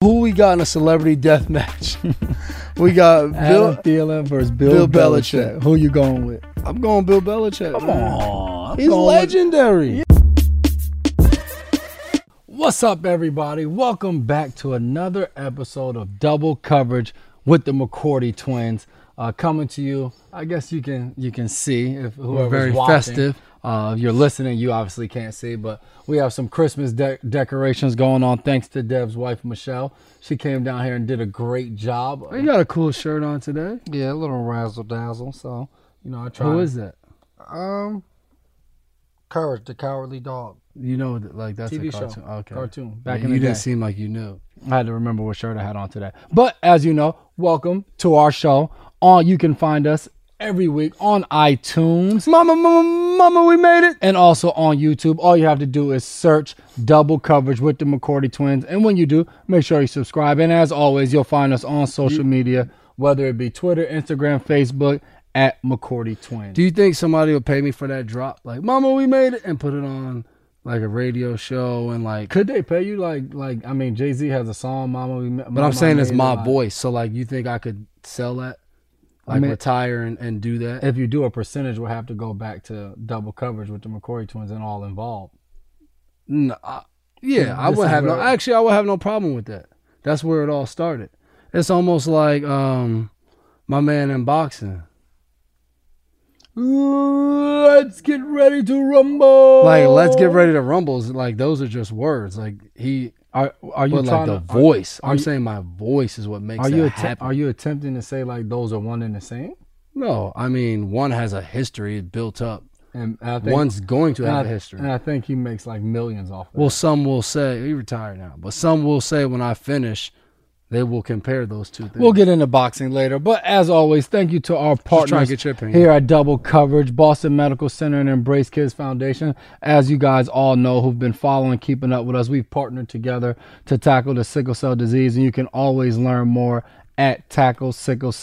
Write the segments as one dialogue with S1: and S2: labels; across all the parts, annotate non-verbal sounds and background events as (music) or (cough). S1: Who we got in a celebrity death match? (laughs) we got
S2: Adam
S1: Bill,
S2: Thielen versus
S1: Bill
S2: Bill, Belichick.
S1: Belichick.
S2: Who you going with?
S1: I'm going Bill Belichick.
S2: Come
S1: man.
S2: on, I'm
S1: He's
S2: going with-
S1: legendary. What's up, everybody? Welcome back to another episode of Double Coverage with the McCourty Twins. Uh, coming to you, I guess you can you can see if whoever's
S2: very
S1: watching,
S2: festive.
S1: Uh, if you're listening, you obviously can't see, but we have some Christmas de- decorations going on. Thanks to Dev's wife Michelle, she came down here and did a great job.
S2: You got a cool shirt on today.
S1: Yeah, a little razzle dazzle. So you know, I try.
S2: Who is that?
S1: Um, Courage the Cowardly Dog
S2: You know, that, like that's
S1: TV
S2: a cartoon.
S1: show.
S2: Okay,
S1: Cartoon.
S2: Back
S1: Back
S2: you
S1: in the
S2: didn't
S1: day.
S2: seem like you knew.
S1: I had to remember what shirt I had on today. But as you know, welcome to our show. On you can find us every week on iTunes. Mama, mama, mama, we made it. And also on YouTube. All you have to do is search double coverage with the McCordy twins. And when you do, make sure you subscribe. And as always, you'll find us on social media, whether it be Twitter, Instagram, Facebook, at McCordy Twins.
S2: Do you think somebody will pay me for that drop? Like, Mama, we made it, and put it on like a radio show and like.
S1: Could they pay you like like I mean Jay Z has a song Mama We Met-
S2: But
S1: Mama
S2: I'm saying it's
S1: Made
S2: my
S1: It Live.
S2: voice, so like, you think I could sell that? Like,
S1: mean-
S2: retire and, and do that?
S1: If you do a percentage, we'll have to go back to double coverage with the McCory twins and all involved.
S2: No, I, yeah, I
S1: this
S2: would
S1: is
S2: have no.
S1: where-
S2: Actually, I would have no problem with that. That's where it all started. It's almost like um, my man in boxing.
S1: Let's get ready to rumble.
S2: Like, let's get ready to rumbles. Like, those are just words. Like he,
S1: Are are you
S2: but like
S1: trying
S2: the
S1: to, are-
S2: voice.
S1: Are,
S2: I'm
S1: you,
S2: saying my voice is what makes
S1: are you
S2: that
S1: atte-
S2: happen.
S1: are you attempting to say like those are one and the same?
S2: No, I mean one has a history built up.
S1: And I think
S2: One's going to
S1: and I,
S2: have a history.
S1: And I think he makes like millions off. Of
S2: Well, some will say he retired now, but some will say when I finish, they will compare those two things.
S1: We'll get into boxing later, but as always, thank you to our
S2: trying to
S1: partners
S2: get your opinion.
S1: here at Double Coverage, Boston Medical Center, and Embrace Kids Foundation. As you guys all know, who've been following, keeping up with us, we've partnered together to tackle the sickle cell disease, and you can always learn more at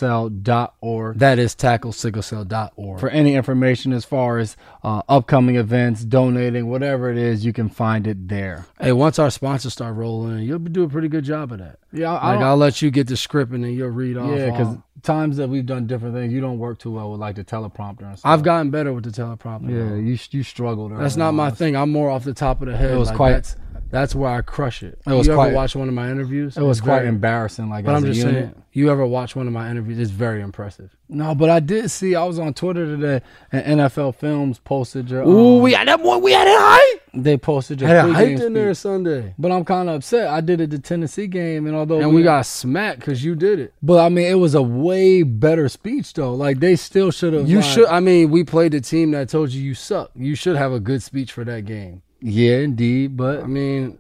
S1: tacklesicklecell.org
S2: that is tacklesicklecell.org.
S1: for any information as far as uh, upcoming events, donating, whatever it is, you can find it there.
S2: Hey, once our sponsors start rolling in, you'll do a pretty good job of that.
S1: Yeah, I,
S2: Like I'll let you get the script and then you'll read off.
S1: Oh. yeah, because
S2: all-
S1: times that we've done different things, you don't work too well with like the teleprompter and stuff.
S2: I've gotten better with the teleprompter.
S1: Yeah, you you struggled.
S2: that's not my thing. I'm more off the top of the head.
S1: It was
S2: Like,
S1: quite-
S2: That's, that's where I crush it.
S1: It was
S2: you
S1: quite-
S2: ever watch one of my interviews?
S1: It was
S2: It's
S1: quite
S2: very-
S1: embarrassing. Like,
S2: But I'm
S1: as a
S2: just
S1: unit.
S2: saying, you ever watch one of my interviews? It's very impressive.
S1: No, but I did see. I was on Twitter today, and NFL Films posted your.
S2: Ooh,
S1: um,
S2: we had that one. We had it hype.
S1: they posted your
S2: Had it
S1: pregame
S2: hyped in
S1: speech.
S2: there Sunday,
S1: But I'm kind of upset. I did it the Tennessee game, and although
S2: and we got smacked because you did it.
S1: but I mean, it was a way better speech though. Like they still should have.
S2: You
S1: like-
S2: should. I mean, we played the team that told you you suck. You should have a good speech for that game.
S1: Yeah, indeed.
S2: I
S1: But
S2: mean,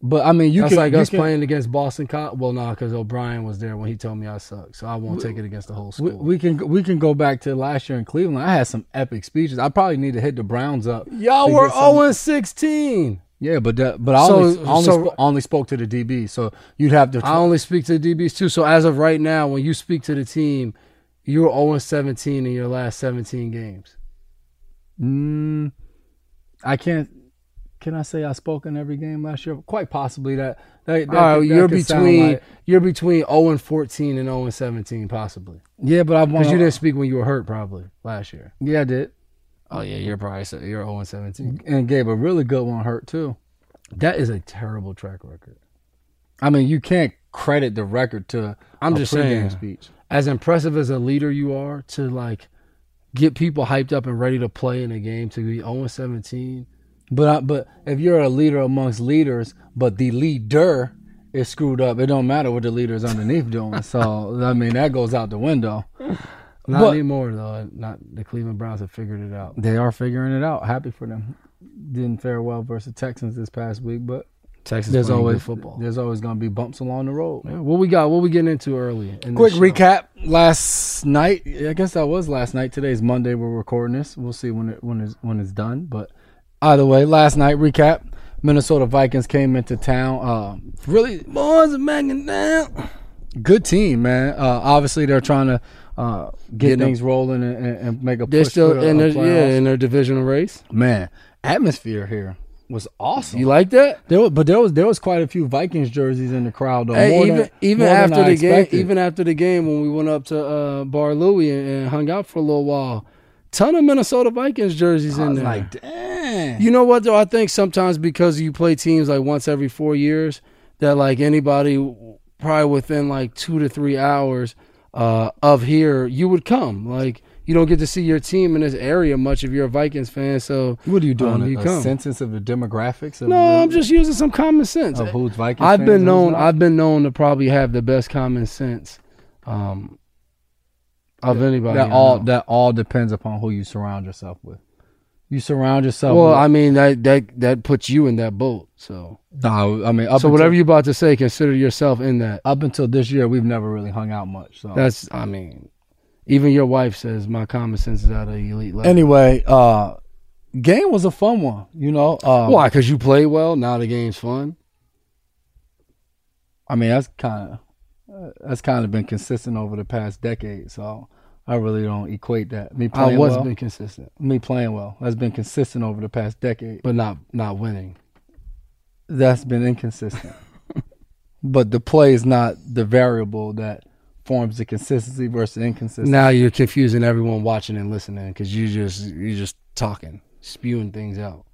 S1: but I mean, you
S2: that's
S1: can
S2: like
S1: you
S2: us
S1: can-
S2: playing against Boston Cop. Well, nah, because O'Brien was there when he told me I suck, so I won't take it against the whole school.
S1: We, we can we can go back to last year in Cleveland. I had some epic speeches. I probably need to hit the Browns up.
S2: Y'all
S1: to
S2: were 0
S1: get some-
S2: 16.
S1: Yeah, but that, but I
S2: So-
S1: only only,
S2: so-
S1: spo- only spoke to the DB, so you'd have to.
S2: I only speak to the DBs too. So as of right now, when you speak to the team, you're 0 17 in your last 17 games.
S1: Mm, I can't. Can I say I spoke in every game last year? Quite possibly that. that,
S2: All right,
S1: that could- that
S2: Oh, you're
S1: could sound
S2: between
S1: like-
S2: you're between 0 and 14 and 0 and 17 possibly.
S1: yeah, but I want.
S2: Because you didn't speak when you were hurt probably last year.
S1: Yeah, I did.
S2: Oh yeah, you're probably so you're 0 and 17.
S1: oh And gave a really good one hurt too.
S2: That is a terrible track record.
S1: I mean, you can't credit the record to.
S2: I'm
S1: a
S2: just
S1: pregame
S2: saying.
S1: Speech.
S2: As impressive as a leader you are to like get people hyped up and ready to play in a game to be 0 and 17.
S1: But I, but if you're a leader amongst leaders, but the leader is screwed up, it don't matter what the leader's underneath doing. So I mean, that goes out the window.
S2: Not
S1: But-
S2: anymore though. Not the Cleveland Browns have figured it out.
S1: They are figuring it out. Happy for them. Didn't fare well versus Texans this past week, but
S2: Texas
S1: There's
S2: playing good
S1: always
S2: football.
S1: There's always gonna be bumps along the road.
S2: Yeah, what we got? What we getting into early? in this uh,
S1: Quick
S2: show?
S1: recap. Last night, I guess that was last night. Today's Monday. We're recording this. We'll see when it when it's when it's done. But either way, last night recap. Minnesota Vikings came into town. Uh, really, boys are banging down. Good team, man. Uh, obviously, they're trying to uh, get
S2: Getting a-
S1: things rolling and, and, and make a
S2: They're
S1: push
S2: still
S1: for the,
S2: in
S1: uh,
S2: their
S1: playoffs.
S2: yeah in their divisional race.
S1: Man, atmosphere here was awesome.
S2: You like that?
S1: There was, but there was there was quite a few Vikings jerseys in the crowd though.
S2: Hey,
S1: more
S2: even
S1: than-
S2: even
S1: more than
S2: after
S1: I
S2: the
S1: expected.
S2: game, even after the game when we went up to uh, Bar Louie and, and hung out for a little while, ton of Minnesota Vikings jerseys
S1: I
S2: in
S1: was
S2: there.
S1: like, damn.
S2: You know what though? I think sometimes because you play teams like once every four years, that like anybody w- probably within like two to three hours uh, of here, you would come. Like you don't get to see your team in this area much if you're a Vikings fan. So
S1: what are you doing?
S2: Um,
S1: a,
S2: you
S1: a
S2: come.
S1: census of the demographics of,
S2: no,
S1: the-
S2: I'm just using some common sense.
S1: of who's Vikings.
S2: I've
S1: fans
S2: been
S1: is
S2: known.
S1: not?
S2: I've been known to probably have the best common sense um, of anybody.
S1: that
S2: I
S1: all
S2: know.
S1: that all depends upon who you surround yourself with. You surround yourself.
S2: well,
S1: with,
S2: I mean that that that puts you in that boat. So
S1: Nah, I mean, up
S2: so
S1: until,
S2: whatever you're about to say, consider yourself in that.
S1: Up until this year, we've never really hung out much. So
S2: That's I mean, even your wife says my common sense is at an elite level.
S1: anyway, uh, game was a fun one. You know, uh,
S2: Why? Because you play well. Now the game's fun.
S1: I mean, that's kind of that's kind of been consistent over the past decade. So I really don't equate that. Me playing
S2: I was
S1: well,
S2: been consistent,
S1: me playing well. That's been consistent over the past decade.
S2: but not not winning.
S1: That's been inconsistent. but the play is not the variable that forms the consistency versus inconsistency.
S2: Now you're confusing everyone watching and listening because you just you just talking, spewing things out.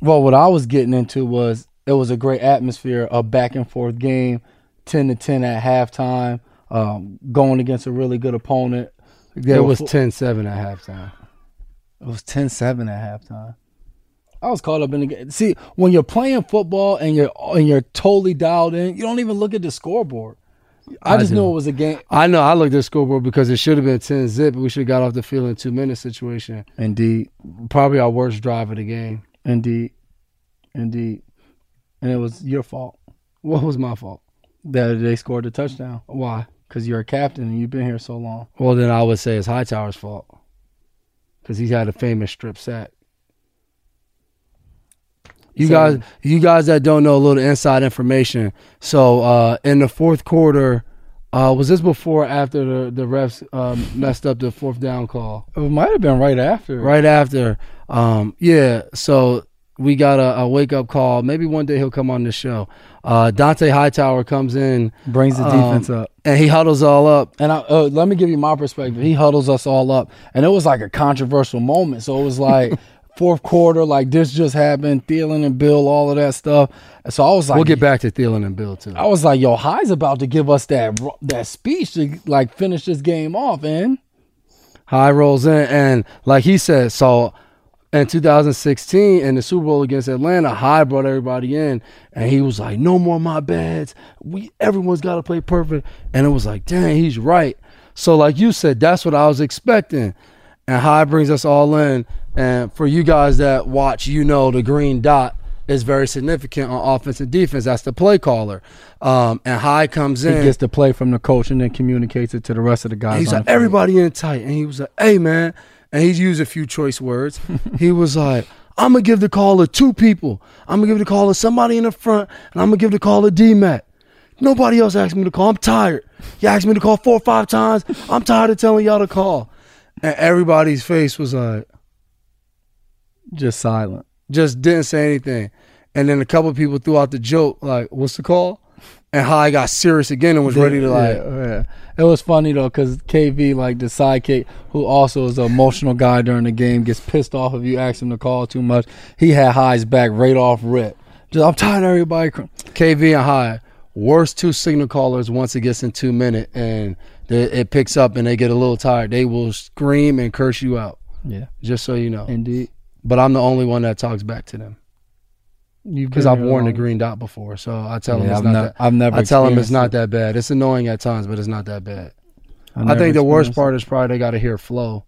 S1: Well, what I was getting into was it was a great atmosphere, a back and forth game, ten to ten at halftime, um, going against a really good opponent. They
S2: it
S1: were
S2: was
S1: fu-
S2: 10-7 at halftime.
S1: It was 10-7 at halftime. I was caught up in the game. See, when you're playing football and you're and you're totally dialed in, you don't even look at the scoreboard. I,
S2: I
S1: just
S2: do.
S1: knew it was a game.
S2: I know. I looked at the scoreboard because it should have been 10 zip. We should have got off the field in two minutes situation.
S1: Indeed,
S2: Probably our worst drive of the game.
S1: indeed, indeed, and it was your fault
S2: What was my fault?
S1: that they scored the touchdown
S2: Why?
S1: because you're a captain and you've been here so long.
S2: Well, then I would say it's Hightower's fault because he's had a famous strip sack. You
S1: So-
S2: guys, you guys that don't know a little inside information. So uh, in the fourth quarter, uh, was this before or after the the refs um, messed up the fourth down call?
S1: It might have been right after.
S2: Right after, um, yeah. So we got a, a wake up call. Maybe one day he'll come on the show. Uh, Dante Hightower comes in
S1: brings the
S2: um,
S1: defense up.
S2: and he huddles all up.
S1: And I, uh, let me give you my perspective. He huddles us all up, and it was like a controversial moment. So it was (laughs) like fourth quarter, like this just happened, Thielen and Bill, all of that stuff. And so I was like,
S2: We'll get back to Thielen and Bill too.
S1: I was like, yo, High's about to give us that ru- that speech to like finish this game off, and
S2: High rolls in, and like he said, so in 2016 in the Super Bowl against Atlanta, High brought everybody in, and he was like, "No more my bads. We everyone's got to play perfect." And it was like, "Dang, he's right." So like you said, that's what I was expecting. And High brings us all in, and for you guys that watch, you know the green dot is very significant on offense and defense. That's the play caller, um, and High comes in.
S1: he gets the play from the coach and then communicates it to the rest of the guys.
S2: And he's
S1: on
S2: like,
S1: the field.
S2: everybody in tight. And he was like, hey, man. And he's used a few choice words. he was like, I'm going to give the call to two people. I'm going to give the call to somebody in the front, and I'm going to give the call to D-Mac. Nobody else asked me to call. I'm tired. You asked me to call four or five times. I'm tired of telling y'all to call. And everybody's face was like,
S1: just silent.
S2: just didn't say anything. And then a couple of people threw out the joke, like, what's the call? And High got serious again and was ready to like,
S1: Yeah, oh, yeah. It was funny though, because KV, like the sidekick, who also is an emotional guy during the game, gets pissed off if you ask him to call too much. He had highs back right off rip. Just, I'm tired of everybody. Cr-.
S2: KV and High, worst two signal callers once it gets in two minute and the, it picks up and they get a little tired. They will scream and curse you out,
S1: Yeah,
S2: just so you know.
S1: indeed.
S2: but I'm the only one that talks back to them because I've worn the green dot before, so I tell them
S1: Yeah,
S2: it's
S1: I've,
S2: not.
S1: not,
S2: that,
S1: I've never.
S2: I tell them it's not
S1: experienced
S2: that bad. It's annoying at times, but it's not that bad.
S1: it. I've
S2: I
S1: never
S2: think the worst
S1: experienced
S2: part is probably they got to hear flow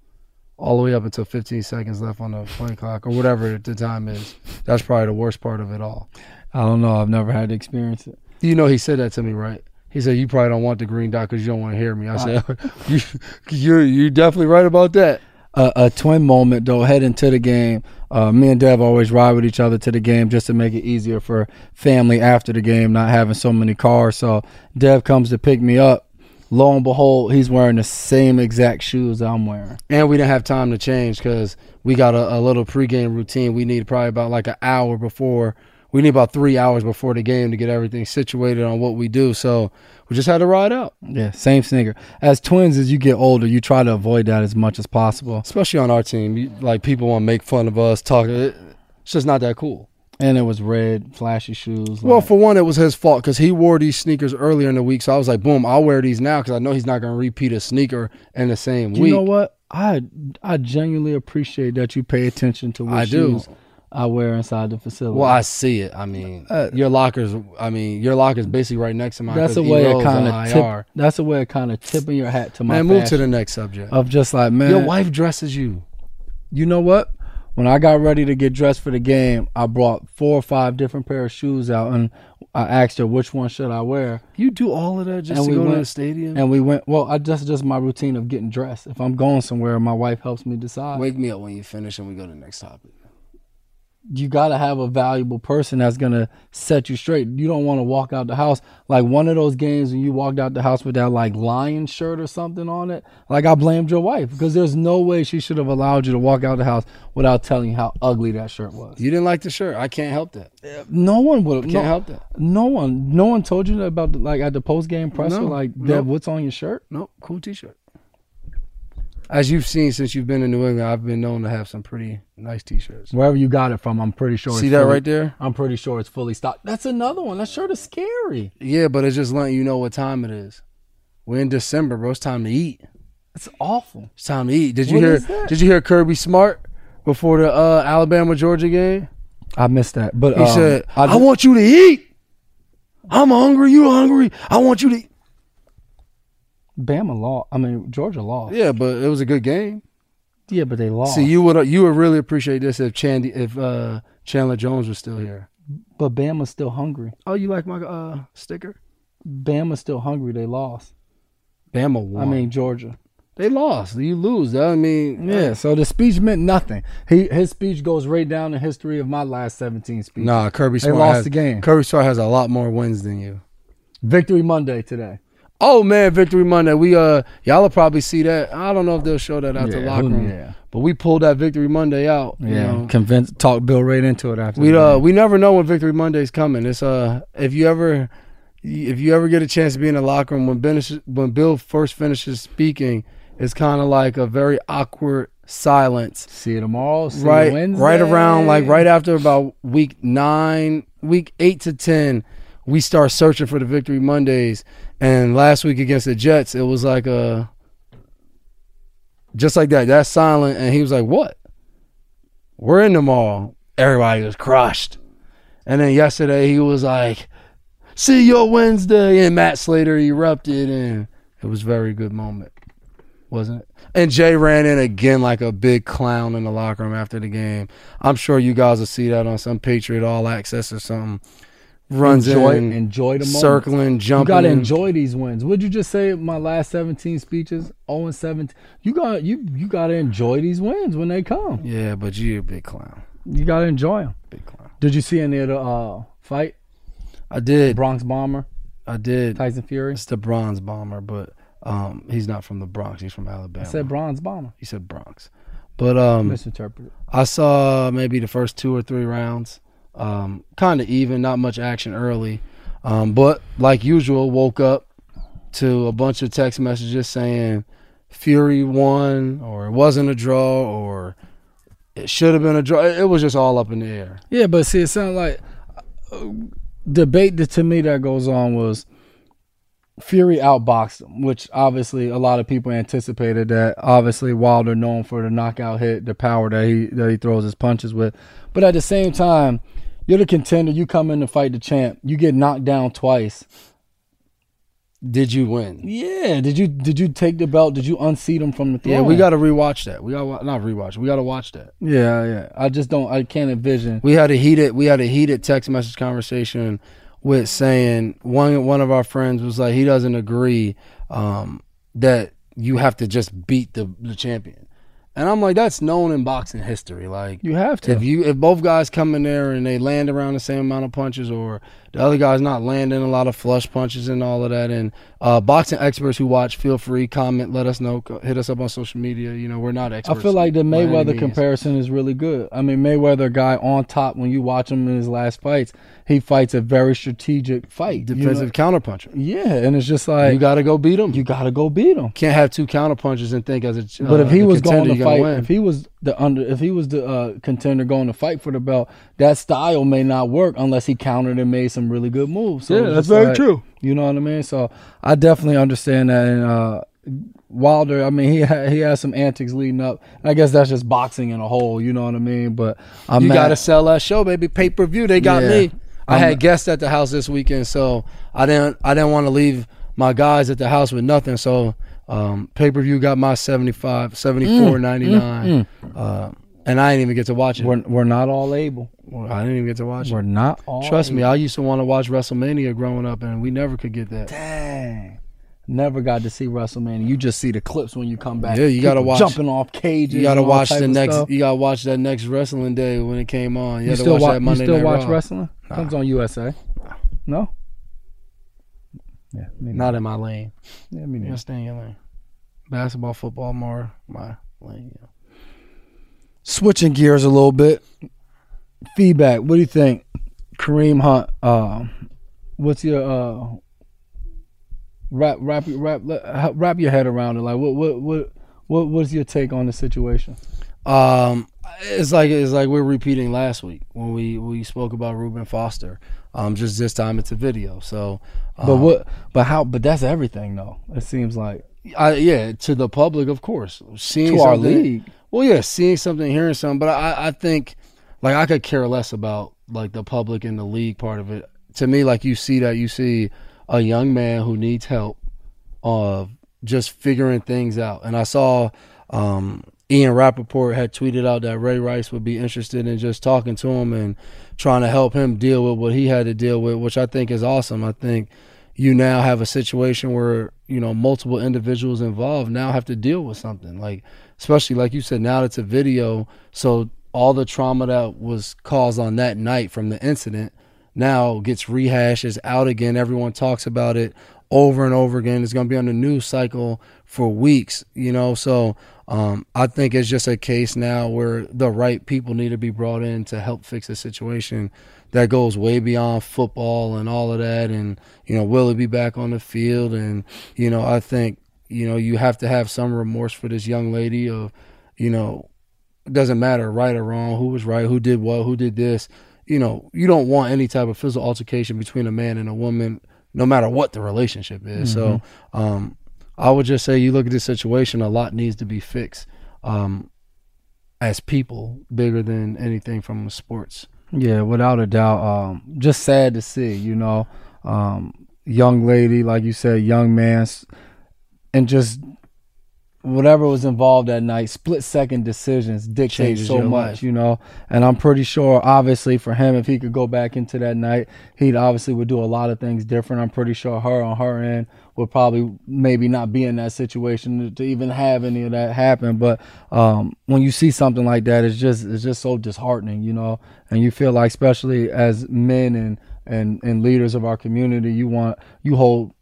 S2: all the way up until 15 seconds left on the play clock or whatever the time is. That's probably the worst part of it all.
S1: I don't know. I've never had to experience it.
S2: You know, he said that to me, right? He said, "You probably don't want the green dot because you don't want to hear me." I said, (laughs) "You, you, you definitely right about that."
S1: a, a twin moment though heading to the game. Uh, me and Dev always ride with each other to the game just to make it easier for family after the game, not having so many cars. So Dev comes to pick me up. Lo and behold, he's wearing the same exact shoes I'm wearing.
S2: And we didn't have time to change because we got a, a little pregame routine. We need probably about like an hour before. We need about three hours before the game to get everything situated on what we do. So we just had to ride out,
S1: Yeah, same sneaker. As twins, as you get older, you try to avoid that as much as possible.
S2: especially on our team. You- Like people want to make fun of us, talk. it- It's just not that cool.
S1: And it was red, flashy shoes.
S2: Well,
S1: like-
S2: for one, it was his fault because he wore these sneakers earlier in the week. So I was like, boom, I'll wear these now because I know he's not going to repeat a sneaker in the same
S1: you
S2: week.
S1: know what? I I genuinely appreciate that you pay attention to what
S2: I do.
S1: shoes I wear inside the facility.
S2: Well, I see it. I mean, your locker's. I mean, your locker's basically right next to mine.
S1: that's
S2: 'cause
S1: a way of
S2: E-Roll's E on
S1: kind of tip,
S2: IR.
S1: that's a way of kind of tipping your hat to my
S2: Man, move to
S1: fashion
S2: the next subject.
S1: of just like man,
S2: Uh, your wife dresses you.
S1: you know what? When I got ready to get dressed for the game, I brought four or five different pair of shoes out, and I asked her which one should I wear,
S2: You do all of that just
S1: And
S2: to
S1: we
S2: go to
S1: went-
S2: the stadium.
S1: and we went. Well, I just just my routine of getting dressed. If I'm going somewhere, my wife helps me decide.
S2: Wake me up when you finish, and we go to the next topic.
S1: you got to have a valuable person that's going to set you straight. You don't want to walk out the house like one of those games when you walked out the house with that like lion shirt or something on it. Like I blamed your wife because there's no way she should have allowed you to walk out the house without telling you how ugly that shirt was.
S2: You didn't like the shirt. I can't help that.
S1: No one would have
S2: Can't
S1: no,
S2: help that.
S1: No one no one told you that about the, like at the post game presser
S2: No,
S1: like
S2: no.
S1: Deb what's on your shirt?
S2: Nope. Cool T-shirt. As you've seen since you've been in New England, I've been known to have some pretty nice T-shirts.
S1: Wherever you got it from, I'm pretty sure
S2: See
S1: it's
S2: that
S1: fully-
S2: right there?
S1: I'm pretty sure it's fully stocked. That's another one. That shirt is scary.
S2: Yeah, but it's just letting you know what time it is. We're in December, bro. It's time to eat.
S1: It's awful.
S2: It's time to eat. Did you
S1: What
S2: hear?
S1: is that?
S2: Did you hear Kirby Smart before the uh, Alabama Georgia game?
S1: I missed that. But
S2: He
S1: um,
S2: said,
S1: I
S2: I,
S1: do-
S2: want you to eat. I'm hungry. You hungry? I want you to." Eat.
S1: Bama lost. I mean, Georgia lost. Yeah,
S2: Yeah, but it was a good game.
S1: but they lost.
S2: See, you would you would really appreciate this if Chandy if uh, Chandler Jones was still here.
S1: but Bama's still hungry.
S2: Oh, you like my uh, sticker?
S1: Bama's still hungry. They lost.
S2: Bama won.
S1: I mean, Georgia.
S2: they lost. You lose. I mean,
S1: Yeah. So the speech meant nothing. He his speech goes right down the history of my last seventeen speeches.
S2: Nah, Kirby
S1: They
S2: Smart
S1: lost
S2: has,
S1: the game.
S2: Kirby Smart has a lot more wins than you.
S1: Victory Monday today.
S2: Oh man, Victory Monday. We uh y'all will probably see that. I don't know if they'll show that out the
S1: Yeah,
S2: locker
S1: who-
S2: room.
S1: yeah.
S2: But we pulled that Victory Monday out. Yeah.
S1: Convince talk Bill right into it after.
S2: We
S1: the
S2: uh
S1: game.
S2: we never know when Victory Monday's coming. It's uh if you ever if you ever get a chance to be in the locker room when ben, when Bill first finishes speaking, it's kind of like a very awkward silence.
S1: see you tomorrow. See
S2: right
S1: you Wednesday.
S2: right around like right after about week nine week eight to ten we start searching for the victory mondays and last week against the jets it was like a just like that that's silent and he was like what we're in tomorrow everybody was crushed and then yesterday he was like see you wednesday and matt slater erupted and it was a very good moment wasn't it? And Jay ran in again like a big clown in the locker room after the game. I'm sure you guys will see that on some Patriot All Access or something. Runs
S1: enjoy
S2: in,
S1: enjoy the moment.
S2: circling,
S1: You
S2: jumping.
S1: gotta
S2: in.
S1: enjoy these wins. Would you just say my last seventeen speeches? Zero and seventeen. You got you you gotta enjoy these wins when they come.
S2: Yeah, but you're a big clown,
S1: You gotta enjoy them.
S2: big clown.
S1: Did you see any of the uh, fight?
S2: I did,
S1: Bronx Bomber,
S2: I did.
S1: Tyson Fury.
S2: It's the Bronze Bomber, but um, he's not from the Bronx. He's from Alabama.
S1: I said Bronx Bomber.
S2: he said Bronx, but um,
S1: Misinterpreted.
S2: I saw maybe the first two or three rounds. Um, kind of even, not much action early. Um, but like usual, woke up to a bunch of text messages saying Fury won, or it wasn't a draw, or it should have been a draw. It it was just all up in the air.
S1: Yeah, but see, it sounds like uh, debate that to me that goes on was Fury outboxed him, which obviously a lot of people anticipated that. Obviously, Wilder known for the knockout hit, the power that he that he throws his punches with, but at the same time, you're the contender. You come in to fight the champ. You get knocked down twice.
S2: did you win?
S1: Yeah. Did you did you take the belt? Did you unseat him from the throne?
S2: Yeah, we got to rewatch that. We got to not rewatch. We got to watch that.
S1: Yeah, yeah. I just don't. I can't envision.
S2: We had a heated we had a heated text message conversation with saying one one of our friends was like he doesn't agree um, that you have to just beat the the champion, and I'm like that's known in boxing history. Like
S1: You have to.
S2: if you if both guys come in there and they land around the same amount of punches, or the other guy's not landing a lot of flush punches and all of that, and uh, boxing experts who watch, feel free comment, let us know, co- hit us up on social media. You know we're not
S1: I
S2: experts.
S1: feel like the
S2: by any
S1: Mayweather
S2: means.
S1: comparison is really good. I mean, Mayweather guy on top when you watch him in his last fights, he fights a very strategic fight. you know?
S2: defensive counterpuncher.
S1: Yeah, and it's just like
S2: You got to go beat him.
S1: you got to go beat him.
S2: can't have two counter punches and think as a uh,
S1: But if he was going to fight,
S2: win.
S1: if he was the under, if he was the uh, contender going to fight for the belt, that style may not work unless he countered and made some really good moves. So
S2: Yeah,
S1: it's
S2: that's
S1: just
S2: very
S1: like-
S2: true.
S1: You know what I mean? So I definitely understand that. And uh, Wilder, I mean, he (laughs) ha- he has some antics leading up. And I guess that's just boxing in a whole. You know what I mean? But I'm
S2: you
S1: mad-
S2: got to sell that show, baby. Pay per view. They got
S1: Yeah.
S2: me. I
S1: I'm-
S2: had guests at the house this weekend, so I didn't. I didn't want to leave my guys at the house with nothing. So um, pay per view got my 75
S1: Mm.
S2: 74 99 uh, and I didn't even get to watch it.
S1: We're we're not all able.
S2: I didn't even get to watch it.
S1: We're not all.
S2: Trust me, I used to want to watch WrestleMania growing up, and we never could get that.
S1: Dang. Never got to see WrestleMania. You just see the clips when you come back.
S2: Yeah, you gotta
S1: People
S2: watch-
S1: jumping off cages.
S2: You got to
S1: and all
S2: watch
S1: type
S2: the
S1: of
S2: next.
S1: stuff.
S2: You got to watch that next wrestling day when it came on. You,
S1: You
S2: had to
S1: still
S2: watch,
S1: watch?
S2: that
S1: You
S2: Monday
S1: still
S2: Night
S1: watch
S2: Raw.
S1: wrestling? Comes on USA. No. Yeah, me
S2: Not in my lane.
S1: neither. Yeah, me neither.
S2: Yeah, stay in your lane. Basketball, football, more my lane. Yeah.
S1: Switching gears a little bit. Feedback. What do you think, Kareem Hunt? Uh, what's your uh, wrap wrap wrap wrap your head around it? Like, what what what what was your take on the situation?
S2: Um, it's like it's like we're repeating last week when we we spoke about Ruben Foster. Um, just this time it's a video. So, um,
S1: But what? But how? But that's everything, though. It seems like
S2: I, yeah, to the public, of course, seeing
S1: to our
S2: something-
S1: league.
S2: Well, yeah, seeing something, hearing something, but I, I think like I could care less about like the public and the league part of it. To me, like you see that you see a young man who needs help of just figuring things out. And I saw um, Ian Rappaport had tweeted out that Ray Rice would be interested in just talking to him and trying to help him deal with what he had to deal with, which I think is awesome. I think you now have a situation where you know multiple individuals involved now have to deal with something like especially like you said now it's a video so all the trauma that was caused on that night from the incident now gets rehashed is out again everyone talks about it over and over again it's going to be on the news cycle for weeks you know so um, i think it's just a case now where the right people need to be brought in to help fix the situation that goes way beyond football and all of that and you know will he be back on the field and you know i think you know you have to have some remorse for this young lady of you know it doesn't matter right or wrong who was right who did what who did this you know you don't want any type of physical altercation between a man and a woman no matter what the relationship is so um i would just say you look at this situation a lot needs to be fixed um as people bigger than anything from sports
S1: Yeah, without a doubt. Um, just sad to see, you know, um, young lady, like you said, young man, s- and just whatever was involved that night, split second decisions dictate
S2: Changes
S1: so
S2: your
S1: much,
S2: life.
S1: you know. And I'm pretty sure, obviously, for him, if he could go back into that night, he'd obviously would do a lot of things different. I'm pretty sure her on her end would probably maybe not be in that situation to, to even have any of that happen. But um, when you see something like that, it's just it's just so disheartening, you know. And you feel like, especially as men and and and leaders of our community, you want you hold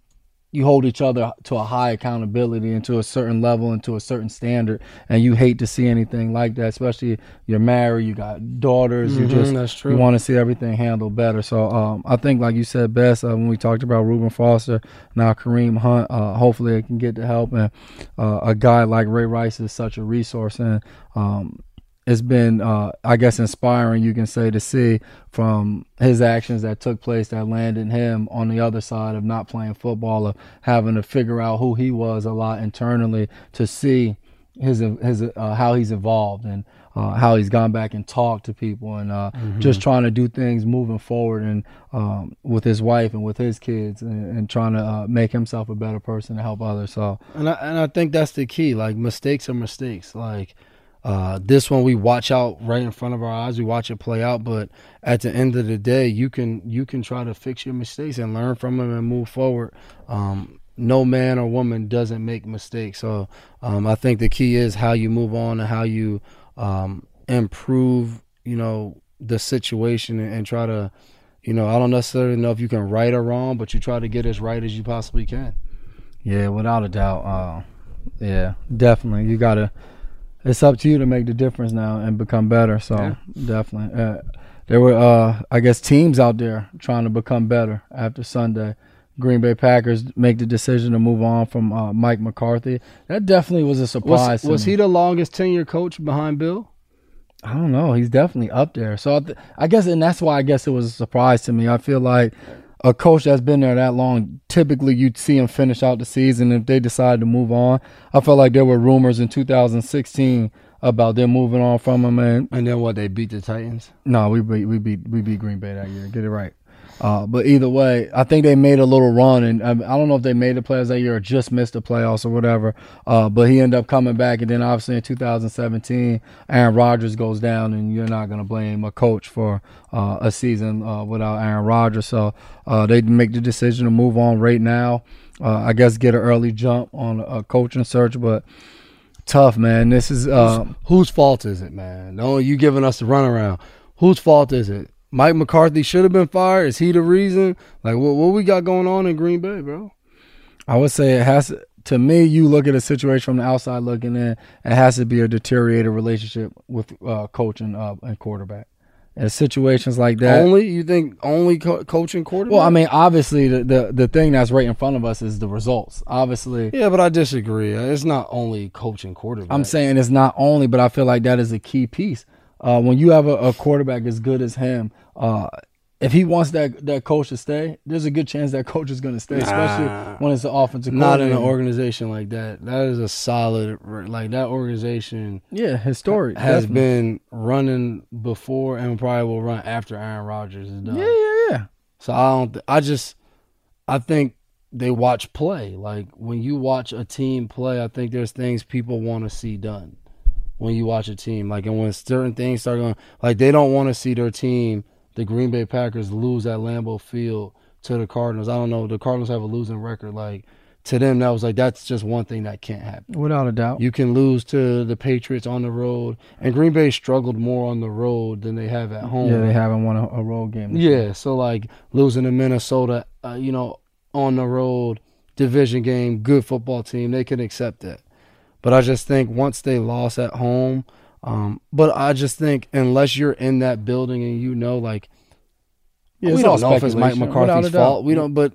S1: you hold each other to a high accountability and to a certain level and to a certain standard and you hate to see anything like that especially you're married you got daughters you just
S2: Mm-hmm, that's true.
S1: you want to see everything handled better so um, i think like you said best uh, when we talked about reuben foster now kareem hunt uh, hopefully it can get the help and uh, a guy like ray rice is such a resource and um, it's been uh, i guess inspiring you can say to see from his actions that took place that landed him on the other side of not playing football of having to figure out who he was a lot internally to see his his uh, how he's evolved and uh, how he's gone back and talked to people and uh,
S2: Mm-hmm.
S1: just trying to do things moving forward and um, with his wife and with his kids and, and trying to uh, make himself a better person to help others. So
S2: And I and I think that's the key. Like mistakes are mistakes. Like uh, this one we watch out right in front of our eyes. We watch it play out, but at the end of the day, you can you can try to fix your mistakes and learn from them and move forward. Um, no man or woman doesn't make mistakes. So um, I think the key is how you move on and how you um, improve. You know the situation and, and try to. You know, I don't necessarily know if you can right or wrong, but you try to get as right as you possibly can.
S1: Yeah, without a doubt. Uh, yeah, definitely. You gotta. It's up to you to make the difference now and become better. So definitely, uh, there were uh, I guess teams out there trying to become better after Sunday. Green Bay Packers make the decision to move on from uh, Mike McCarthy. That definitely was a
S2: Was,
S1: surprise. to
S2: was
S1: me.
S2: he the longest tenure coach behind Bill?
S1: I don't know. He's definitely up there. So I, th- I guess, and that's why I guess it was a surprise to me. I feel like a coach that's been there that long, typically you'd see him finish out the season if they decide to move on. I felt like there were rumors in 2016 about them moving on from him, and
S2: And then what? They beat the Titans.
S1: no, we beat we beat we beat Green Bay that year. Get it right. Uh, but either way, I think they made a little run, and um, I, I don't know if they made the playoffs that year or just missed the playoffs or whatever. Uh, but he ended up coming back, and then obviously in 2017, Aaron Rodgers goes down, and you're not going to blame a coach for uh, a season uh, without Aaron Rodgers. So uh, they make the decision to move on right now. Uh, I guess get an early jump on a coaching search, but tough man. This is uh,
S2: Whose fault is it, man? No, you giving us the runaround. Whose fault is it? Mike McCarthy should have been fired. Is he the reason? Like, what what we got going on in Green Bay, bro?
S1: I would say it has to, to me. You look at a situation from the outside looking in. It has to be a deteriorated relationship with uh, coach and, uh, and quarterback. And situations like that.
S2: only you think only co- coaching quarterback?
S1: well, I mean, obviously, the, the the thing that's right in front of us is the results. Obviously,
S2: yeah, but I disagree. It's not only coaching quarterback.
S1: I'm saying it's not only, but I feel like that is a key piece. Uh, when you have a, a quarterback as good as him, uh, if he wants that that coach to stay, there's a good chance that coach is going to stay, especially
S2: Nah.
S1: when it's the offensive.
S2: not in an
S1: coordinator.
S2: organization like that. That is a solid like that organization.
S1: Yeah, historic
S2: has
S1: definitely.
S2: been running before and probably will run after Aaron Rodgers is done.
S1: Yeah, yeah, yeah.
S2: So I don't. Th- I just. I think they watch play. Like when you watch a team play, I think there's things people want to see done. When you watch a team, like and when certain things start going, like they don't want to see their team, the Green Bay Packers, lose at Lambeau Field to the Cardinals. I don't know. The Cardinals have a losing record. Like to them, that was like that's just one thing that can't happen.
S1: Without a doubt.
S2: You can lose to the Patriots on the road, and Green Bay struggled more on the road than they have at home.
S1: yeah, they haven't won a, a road game.
S2: Yeah, so like losing to Minnesota, uh, you know, on the road, division game, good football team, they can accept that. But I just think once they lost at home, um, but I just think unless you're in that building and you know, like,
S1: Yeah,
S2: we
S1: it's
S2: don't
S1: all
S2: know if it's Mike
S1: speculation, without a
S2: McCarthy's
S1: doubt.
S2: fault. We don't, but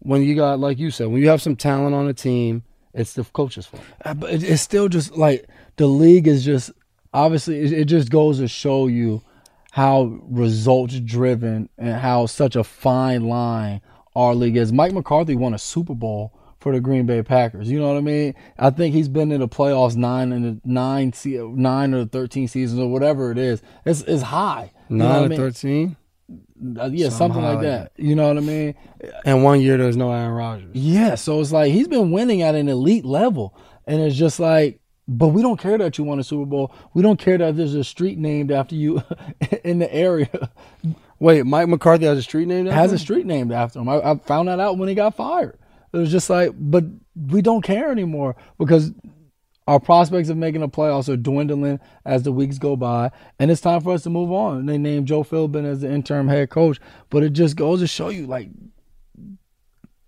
S2: when you got, like you said, when you have some talent on a team, it's the coach's fault.
S1: Uh, But it, it's still just like the league is just obviously it, it just goes to show you how results driven and how such a fine line our league is. Mike McCarthy won a Super Bowl for the Green Bay Packers. You know what I mean? I think he's been in the playoffs nine and nine se- nine or thirteen seasons or whatever it is. It's it's high. You know
S2: Nine
S1: what I
S2: to
S1: mean?
S2: thirteen,
S1: Uh, yeah, something
S2: high
S1: like
S2: like
S1: that. You know what I mean?
S2: and one year there's no Aaron Rodgers.
S1: Yeah, so it's like he's been winning at an elite level, and it's just like, but we don't care that you won a Super Bowl. We don't care that there's a street named after you (laughs) in the area.
S2: Wait, Mike McCarthy has a street name.
S1: Has a street named after him. I, I found that out when he got fired. It was just like, but we don't care anymore because our prospects of making the playoffs are dwindling as the weeks go by, and it's time for us to move on. And they named Joe Philbin as the interim head coach, but it just goes to show you, like,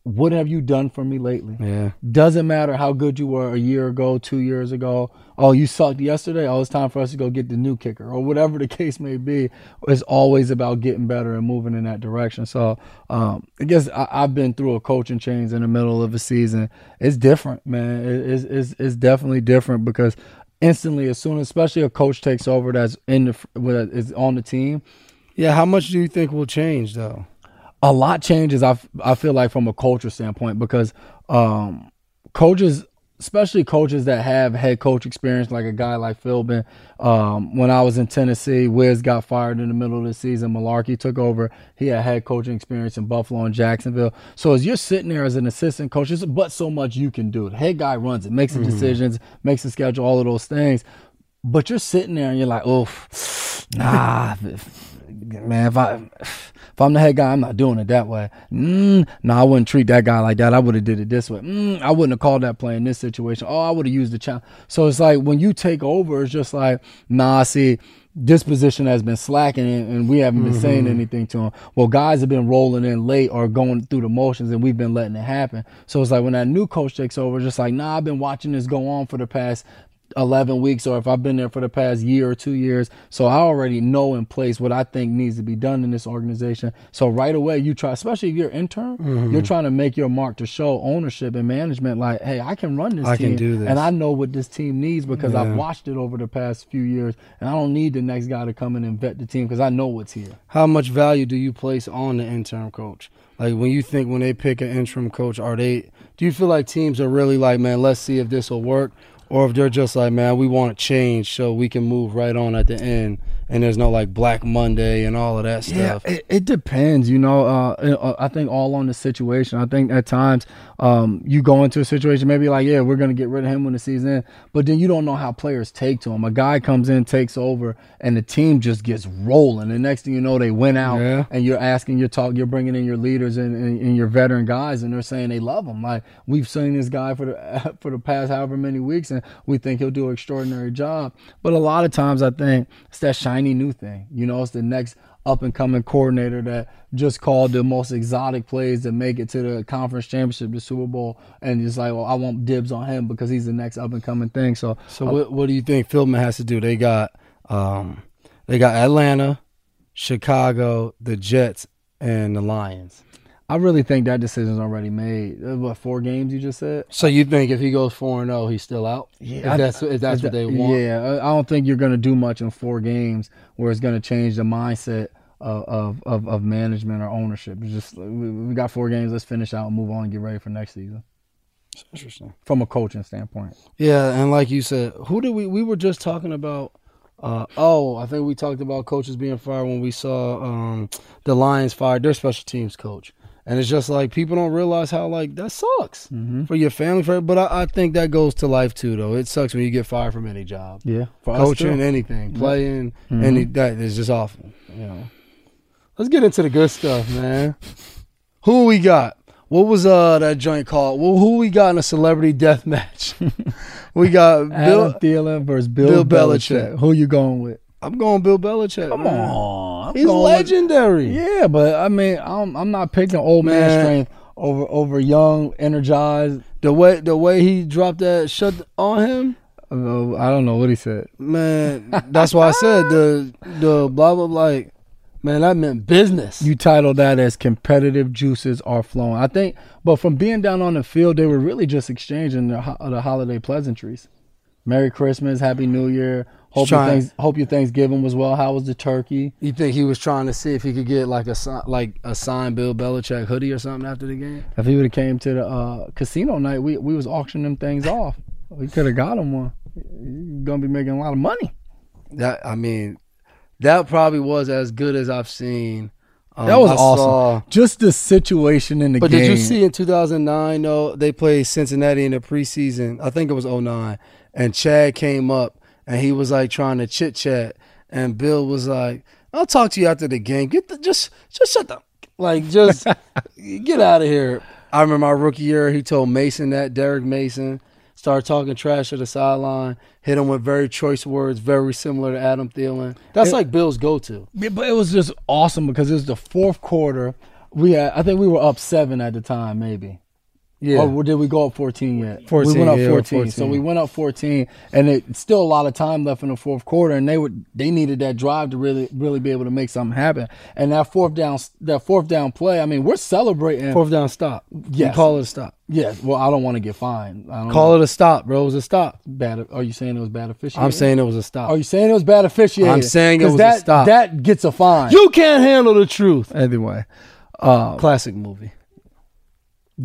S1: what have you done for me lately?
S2: yeah.
S1: Doesn't matter how good you were a year ago, two years ago. Oh, you sucked yesterday. Oh, it's time for us to go get the new kicker or whatever the (laughs) case may be. It's always about getting better and moving in that direction. So um, I guess I, I've been through a coaching change in the middle of a season. It's different, man. It- it's, it's, it's definitely different because instantly, as soon, especially a coach takes over that's in the fr- with- is on the team,
S2: Yeah, how much do you think will change though?
S1: a lot changes. I f- I feel like from a culture standpoint because um, coaches especially coaches that have head coach experience, like a guy like Philbin. Um, when I was in Tennessee, Wiz got fired in the middle of the season. Malarkey took over. He had head coaching experience in Buffalo and Jacksonville. So as you're sitting there as an assistant coach, there's but so much you can do. The head guy runs it, makes the decisions, makes the schedule, all of those things. But you're sitting there and you're like, oh, nah, if- if- man, if I if I'm the head guy, I'm not doing it that way. Mm, no, I wouldn't treat that guy like that. I would have did it this way. Mm, I wouldn't have called that play in this situation. Oh, I would have used the challenge. So it's like when you take over, it's just like, nah, see, this position has been slacking and, and we haven't been saying anything to him. Well, guys have been rolling in late or going through the motions and we've been letting it happen. So it's like when that new coach takes over, it's just like, nah, I've been watching this go on for the past 11 weeks or if I've been there for the past year or two years. So I already know in place what I think needs to be done in this organization. So right away, you try, especially if you're intern,
S2: Mm-hmm.
S1: you're trying to make your mark to show ownership and management like, hey, I can run this
S2: I
S1: team.
S2: can do this.
S1: And I know what this team needs because I've watched it over the past few years. And I don't need the next guy to come in and vet the team because I know what's here.
S2: How much value do you place on the interim coach? Like when you think when they pick an interim coach, are they? Do you feel like teams are really like, man, let's see if this will work, or if they're just like, man, we want to change so we can move right on at the end, and there's no like Black Monday and all of that stuff.
S1: Yeah, it, it depends. You know, uh, uh, I think all on the situation. I think at times um, you go into a situation, maybe like, yeah, we're going to get rid of him when the season ends, but then you don't know how players take to him. A guy comes in, takes over, and the team just gets rolling. The next thing you know, they went out,
S2: Yeah.
S1: and you're asking, you're talking, you're bringing in your leaders and, and, and your veteran guys, and they're saying they love him. Like we've seen this guy for the (laughs) for the past however many weeks, and we think he'll do an extraordinary job. But a lot of times, I think it's that shiny new thing. You know, it's the next up and coming coordinator that just called the most exotic plays to make it to the conference championship, the Super Bowl, and it's like, well, I want dibs on him because he's the next up and coming thing. So
S2: So what what do you think Philman has to do? They got um, they got Atlanta, Chicago, the Jets, and the Lions.
S1: I really think that decision's already made. Uh, What four games you just said?
S2: So you think if he goes four and zero, he's still out?
S1: Yeah, I-
S2: if that's if that's what they want.
S1: Yeah, I- I don't think you're going to do much in four games where it's going to change the mindset of, of, of, of management or ownership. It's just like, we, we got four games. Let's finish out and move on and get ready for next season
S2: Interesting.
S1: from a coaching standpoint.
S2: Yeah, and like you said, who did we we were just talking about? Uh, oh, I think we talked about coaches being fired when we saw um, the Lions fired their special teams coach, and it's just like people don't realize how like that sucks
S1: Mm-hmm.
S2: for your family. For but I, I think that goes to life too, though. It sucks when you get fired from any job,
S1: Yeah, for
S2: coaching,
S1: us Mm-hmm.
S2: anything, playing, any that is just awful. You know. Let's get into the good stuff, man. Who we got? What was uh that joint called? Well, who we got in a celebrity death
S1: (laughs)
S2: match? we got
S1: too. Adam
S2: Bill.
S1: Thielen versus Bill,
S2: Bill
S1: Belichick.
S2: Belichick.
S1: Who you going with?
S2: I'm going Bill Belichick. Come
S1: on,
S2: he's legendary.
S1: Yeah, but I mean, I'm I'm not picking old man,
S2: Man.
S1: strength over over young, energized.
S2: The way the way he dropped that shut on him,
S1: uh, I don't know what he said. (laughs)
S2: man. That's why I said the the blah blah like, man. That meant business.
S1: You titled that as competitive juices are flowing. I think, but from being down on the field, they were really just exchanging the, ho- the holiday pleasantries. Merry Christmas, Happy New Year. Hope your,
S2: Trying-
S1: things, hope your Thanksgiving was well. How was the turkey?
S2: You think he was trying to see if he could get like a si- like a signed Bill Belichick hoodie or something after the game?
S1: If he would have came to the uh, casino night, we we was auctioning them things off. We could have got him one. You're gonna be making a lot of money.
S2: That I mean, that probably was as good as I've seen. Um,
S1: That was
S2: I
S1: awesome.
S2: saw-
S1: Just the situation in the
S2: but
S1: game.
S2: did you see in 2009 though they played Cincinnati in the preseason? I think it was 09, and Chad came up and he was like trying to chit chat, and Bill was like, "I'll talk to you after the game. Get the just just shut the like just (laughs) get out of here." I remember my rookie year, he told Mason that Derek Mason started talking trash at the sideline, hit him with very choice words, very similar to Adam Thielen. That's like Bill's go-to.
S1: Yeah, but it was just awesome because it was the fourth quarter. We had, I think we were up seven at the time, maybe.
S2: Yeah.
S1: Or did we go up 14 yet?
S2: 14,
S1: we went up
S2: yeah,
S1: 14.
S2: 14.
S1: So we went up 14, and it still a lot of time left in the fourth quarter, and they were they needed that drive to really really be able to make something happen. And that fourth down that fourth down play, I mean, we're celebrating.
S2: Fourth down stop. Yeah,
S1: Yes.
S2: You call it a stop.
S1: yes. Well, I don't want to get fined. I don't know.
S2: Call it a stop, bro. It was a stop.
S1: bad. Are you saying it was bad officiating?
S2: I'm saying it was a stop.
S1: Are you saying it was bad officiating?
S2: I'm saying it was a
S1: that,
S2: stop.
S1: That gets a fine.
S2: You can't handle the truth.
S1: anyway.
S2: Classic movie.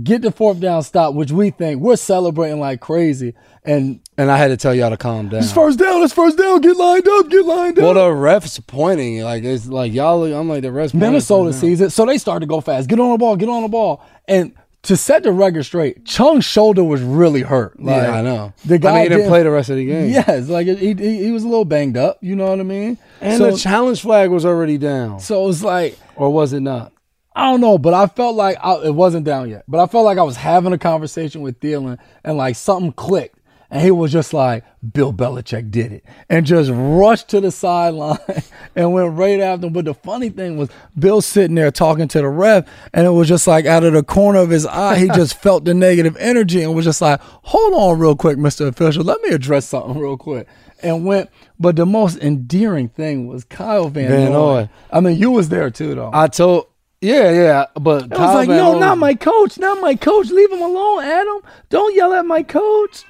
S1: get the fourth down stop, which we think we're celebrating like crazy. And
S2: And I had to tell y'all to calm down.
S1: it's first down, it's first down, get lined up, get lined up.
S2: Well, the ref's pointing. Like it's like y'all. I'm like the ref's pointing
S1: Minnesota
S2: right now.
S1: sees it, so they start to go fast. Get on the ball, get on the ball. And to set the record straight, Chung's shoulder was really hurt. Like,
S2: yeah, I know.
S1: The guy
S2: I mean, he didn't
S1: didn't-
S2: play the rest of the game.
S1: Yes, like he, he, he was a little banged up. You know what I mean?
S2: And
S1: so,
S2: the challenge flag was already down,
S1: so it's like
S2: or was it not?
S1: I don't know, but I felt like I, it wasn't down yet. But I felt like I was having a conversation with Thielen, and like something clicked, and he was just like, "Bill Belichick did it," and just rushed to the sideline (laughs) and went right after him. But the funny thing was, Bill sitting there talking to the ref, and it was just like out of the corner of his eye,
S2: (laughs)
S1: he just felt the negative energy and was just like, "Hold on, real quick, Mister Official, let me address something real quick." And went, but the most endearing thing was Kyle Van,
S2: Van
S1: Noy.
S2: Noy.
S1: I mean, you was there too, though.
S2: I told. Yeah, yeah, but
S1: I was like, no, not my coach, not my coach. Leave him alone, Adam. Don't yell at my coach.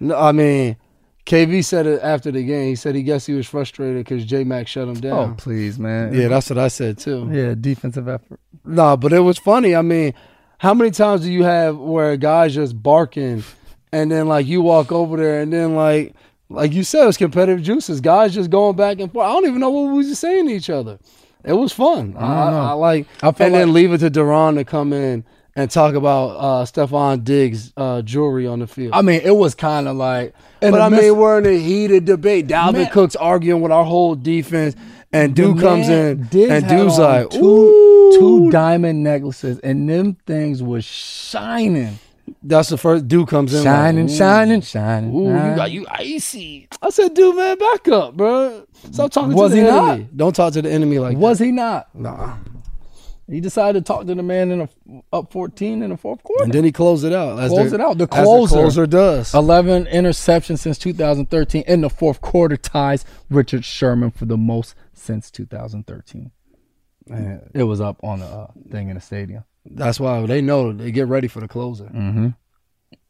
S2: No, I mean, KV said it after the game. He said he guessed he was frustrated because J Mac shut him
S1: Oh,
S2: down.
S1: please, man.
S2: yeah, that's what I said too.
S1: Yeah, defensive effort.
S2: Nah, but it was funny. I mean, how many times do you have where a guy's just barking, and then like you walk over there, and then like like you said, it's competitive juices. Guys just going back and forth. I don't even know what we was saying to each other. It was fun. I, I, like,
S1: I felt
S2: and then leave it to Duran to come in and talk about uh, Stephon Diggs' uh, jewelry on the field.
S1: I mean, it was kind of like, in
S2: but
S1: the
S2: I
S1: midst-
S2: mean, we're in a heated debate. Dalvin
S1: Man.
S2: Cook's arguing with our whole defense, and dude
S1: the
S2: comes
S1: man
S2: in,
S1: Diggs
S2: and
S1: had
S2: dude's
S1: on
S2: like,
S1: two two
S2: "Ooh."
S1: diamond necklaces, and them things was shining,
S2: That's the first dude comes in, like,
S1: shining,
S2: "Ooh."
S1: shining, shining.
S2: Ooh, you
S1: Nah.
S2: got you icy. I said, dude, man, back up, bro. Stop talking
S1: Was
S2: to the
S1: he not?
S2: enemy. Don't talk to the enemy like
S1: was he not?
S2: that. Nah.
S1: He decided to talk to the man in a, up fourteen in the fourth quarter.
S2: And then he closed it out. As
S1: Closed
S2: their-
S1: it out. The
S2: as their
S1: closer. Oh.
S2: closer does.
S1: 11 interceptions since 2013 in the fourth quarter ties Richard Sherman for the most since 2013. And it was up on the uh, thing in the stadium.
S2: That's why they know they get ready for the closer.
S1: Mm.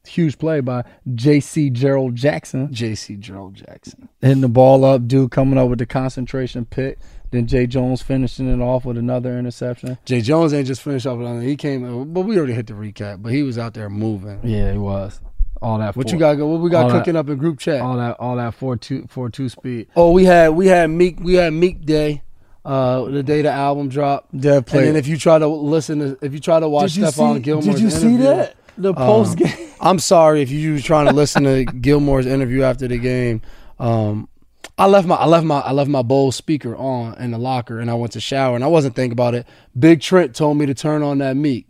S1: Huge play by J.C. Gerald Jackson.
S2: J.C. Gerald Jackson.
S1: Hitting the ball up, dude coming up with the concentration pick. Then Jay Jones finishing it off with another interception.
S2: Jay Jones ain't just finished off another. He came, but we already hit the recap. But he was out there moving.
S1: Yeah, it was. All that
S2: What
S1: four-
S2: you got? What we
S1: All
S2: got
S1: that-
S2: cooking up in group chat?
S1: all that all that four two four two speed.
S2: Oh, we had we had Meek we had Meek Day, uh, the day the album dropped.
S1: That play-
S2: And then if you try to listen to if you try to watch Stephon Gilmore's interview-
S1: The
S2: Um,
S1: post game.
S2: I'm sorry if you were trying to listen to (laughs) Gilmore's interview after the game. Um, I left my I left my I left my Bose speaker on in the locker, and I went to shower, and I wasn't thinking about it. Big Trent told me to turn on that Meek.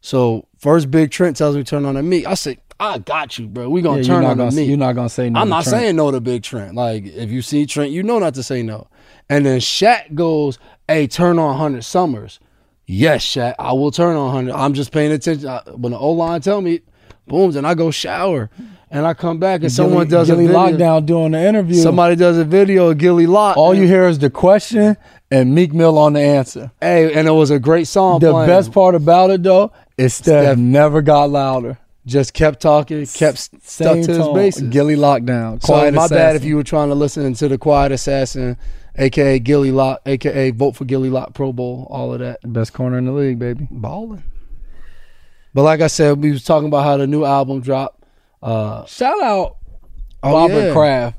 S2: So first, Big Trent tells me to turn on that Meek. I said, I got you, bro. We gonna
S1: Yeah, you're,
S2: turn
S1: not
S2: on
S1: gonna,
S2: the Meek.
S1: you're not gonna say no.
S2: I'm
S1: to
S2: not
S1: Trent.
S2: saying no to Big Trent. Like if you see Trent, you know not to say no. And then Shaq goes, "Hey, turn on Hunter Summers." Yes, Shaq, I will turn on Hunter. I'm just paying attention. I, when the O line tell me, boom, then I go shower, and I come back and someone
S1: Gilly-
S2: does
S1: Gilly
S2: a video.
S1: lockdown doing the interview.
S2: Somebody does a video of Gilly Lock.
S1: all you hear is the question and Meek Mill on the answer.
S2: hey, and it was a great song.
S1: The
S2: playing.
S1: best part about it though is Steph,
S2: Steph-
S1: never got louder.
S2: just kept talking, kept s- stuck
S1: Same
S2: to his
S1: tone.
S2: bases.
S1: Gilly lockdown.
S2: So
S1: Quiet
S2: my bad
S1: assassin.
S2: if you were trying to listen to the Quiet Assassin, aka Gilly Lock, aka Vote for Gilly Lock Pro Bowl, all of that.
S1: best corner in the league, baby.
S2: Balling. But like I said, we was talking about how the new album dropped. Uh,
S1: Shout out
S2: Oh,
S1: Robert
S2: yeah.
S1: Kraft.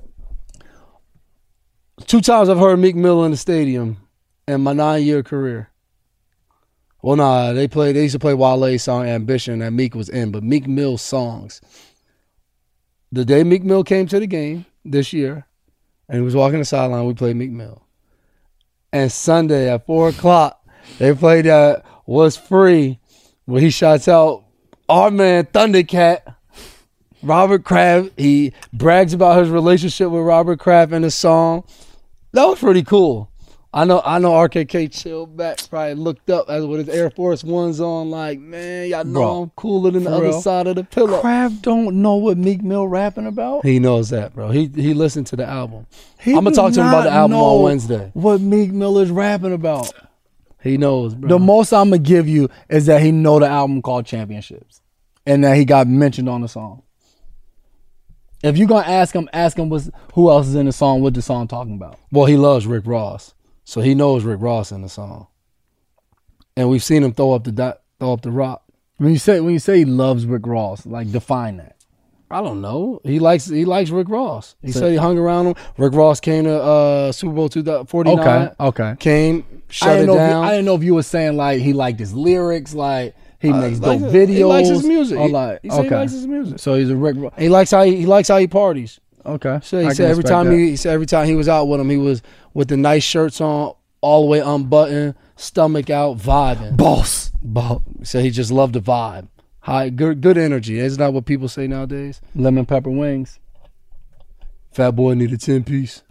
S2: two times I've heard Meek Mill in the stadium in my nine year career. Well, nah, they played. They used to play Wale's song "Ambition" that Meek was in, but Meek Mill's songs. The day Meek Mill came to the game this year, and he was walking the sideline, we played Meek Mill. And Sunday at four o'clock, they played that "Was Free," where he shouts out our man Thundercat. Robert Kraft, he brags about his relationship with Robert Kraft in the song. That was pretty cool. I know I know RKK chilled back, probably looked up as with his Air Force Ones on, like, man, y'all know
S1: Bro,
S2: I'm cooler than the
S1: for
S2: other
S1: real.
S2: side of the pillow.
S1: Kraft don't know what Meek Mill rapping about.
S2: He knows that, bro. He he listened to the album.
S1: He
S2: I'm gonna
S1: do
S2: talk to him about
S1: not
S2: the album
S1: know
S2: on Wednesday.
S1: What Meek Mill is rapping about.
S2: He knows, bro.
S1: The most I'm gonna give you is that he know the album called Championships, and that he got mentioned on the song. If you gonna ask him, ask him what's, who else is in the song, what the song talking about.
S2: well, he loves Rick Ross, so he knows Rick Ross in the song. And we've seen him throw up the dot, throw up the rock
S1: When you say when you say he loves Rick Ross, like define that.
S2: I don't know. He likes he likes Rick Ross. He
S1: So-
S2: said he hung around him. Rick Ross came to uh, Super Bowl 249.
S1: Okay, okay.
S2: Came, shut
S1: I didn't,
S2: it
S1: know if you-
S2: down.
S1: I didn't know if you were saying like he liked his lyrics, like he makes dope
S2: likes it. Uh,
S1: videos.
S2: He likes his music.
S1: or
S2: He-
S1: like-
S2: he said he likes his music.
S1: So he's a Rick Ross.
S2: he likes how he, he likes how he parties.
S1: Okay.
S2: So he
S1: I can
S2: said every
S1: respect
S2: time
S1: that.
S2: he, he said every time he was out with him, he was with the nice shirts on, all the way unbuttoned, stomach out, vibing.
S1: boss.
S2: Bo- So he just loved the vibe. High, good, good energy. Isn't that what people say nowadays?
S1: Lemon pepper wings.
S2: Fat boy need a ten piece.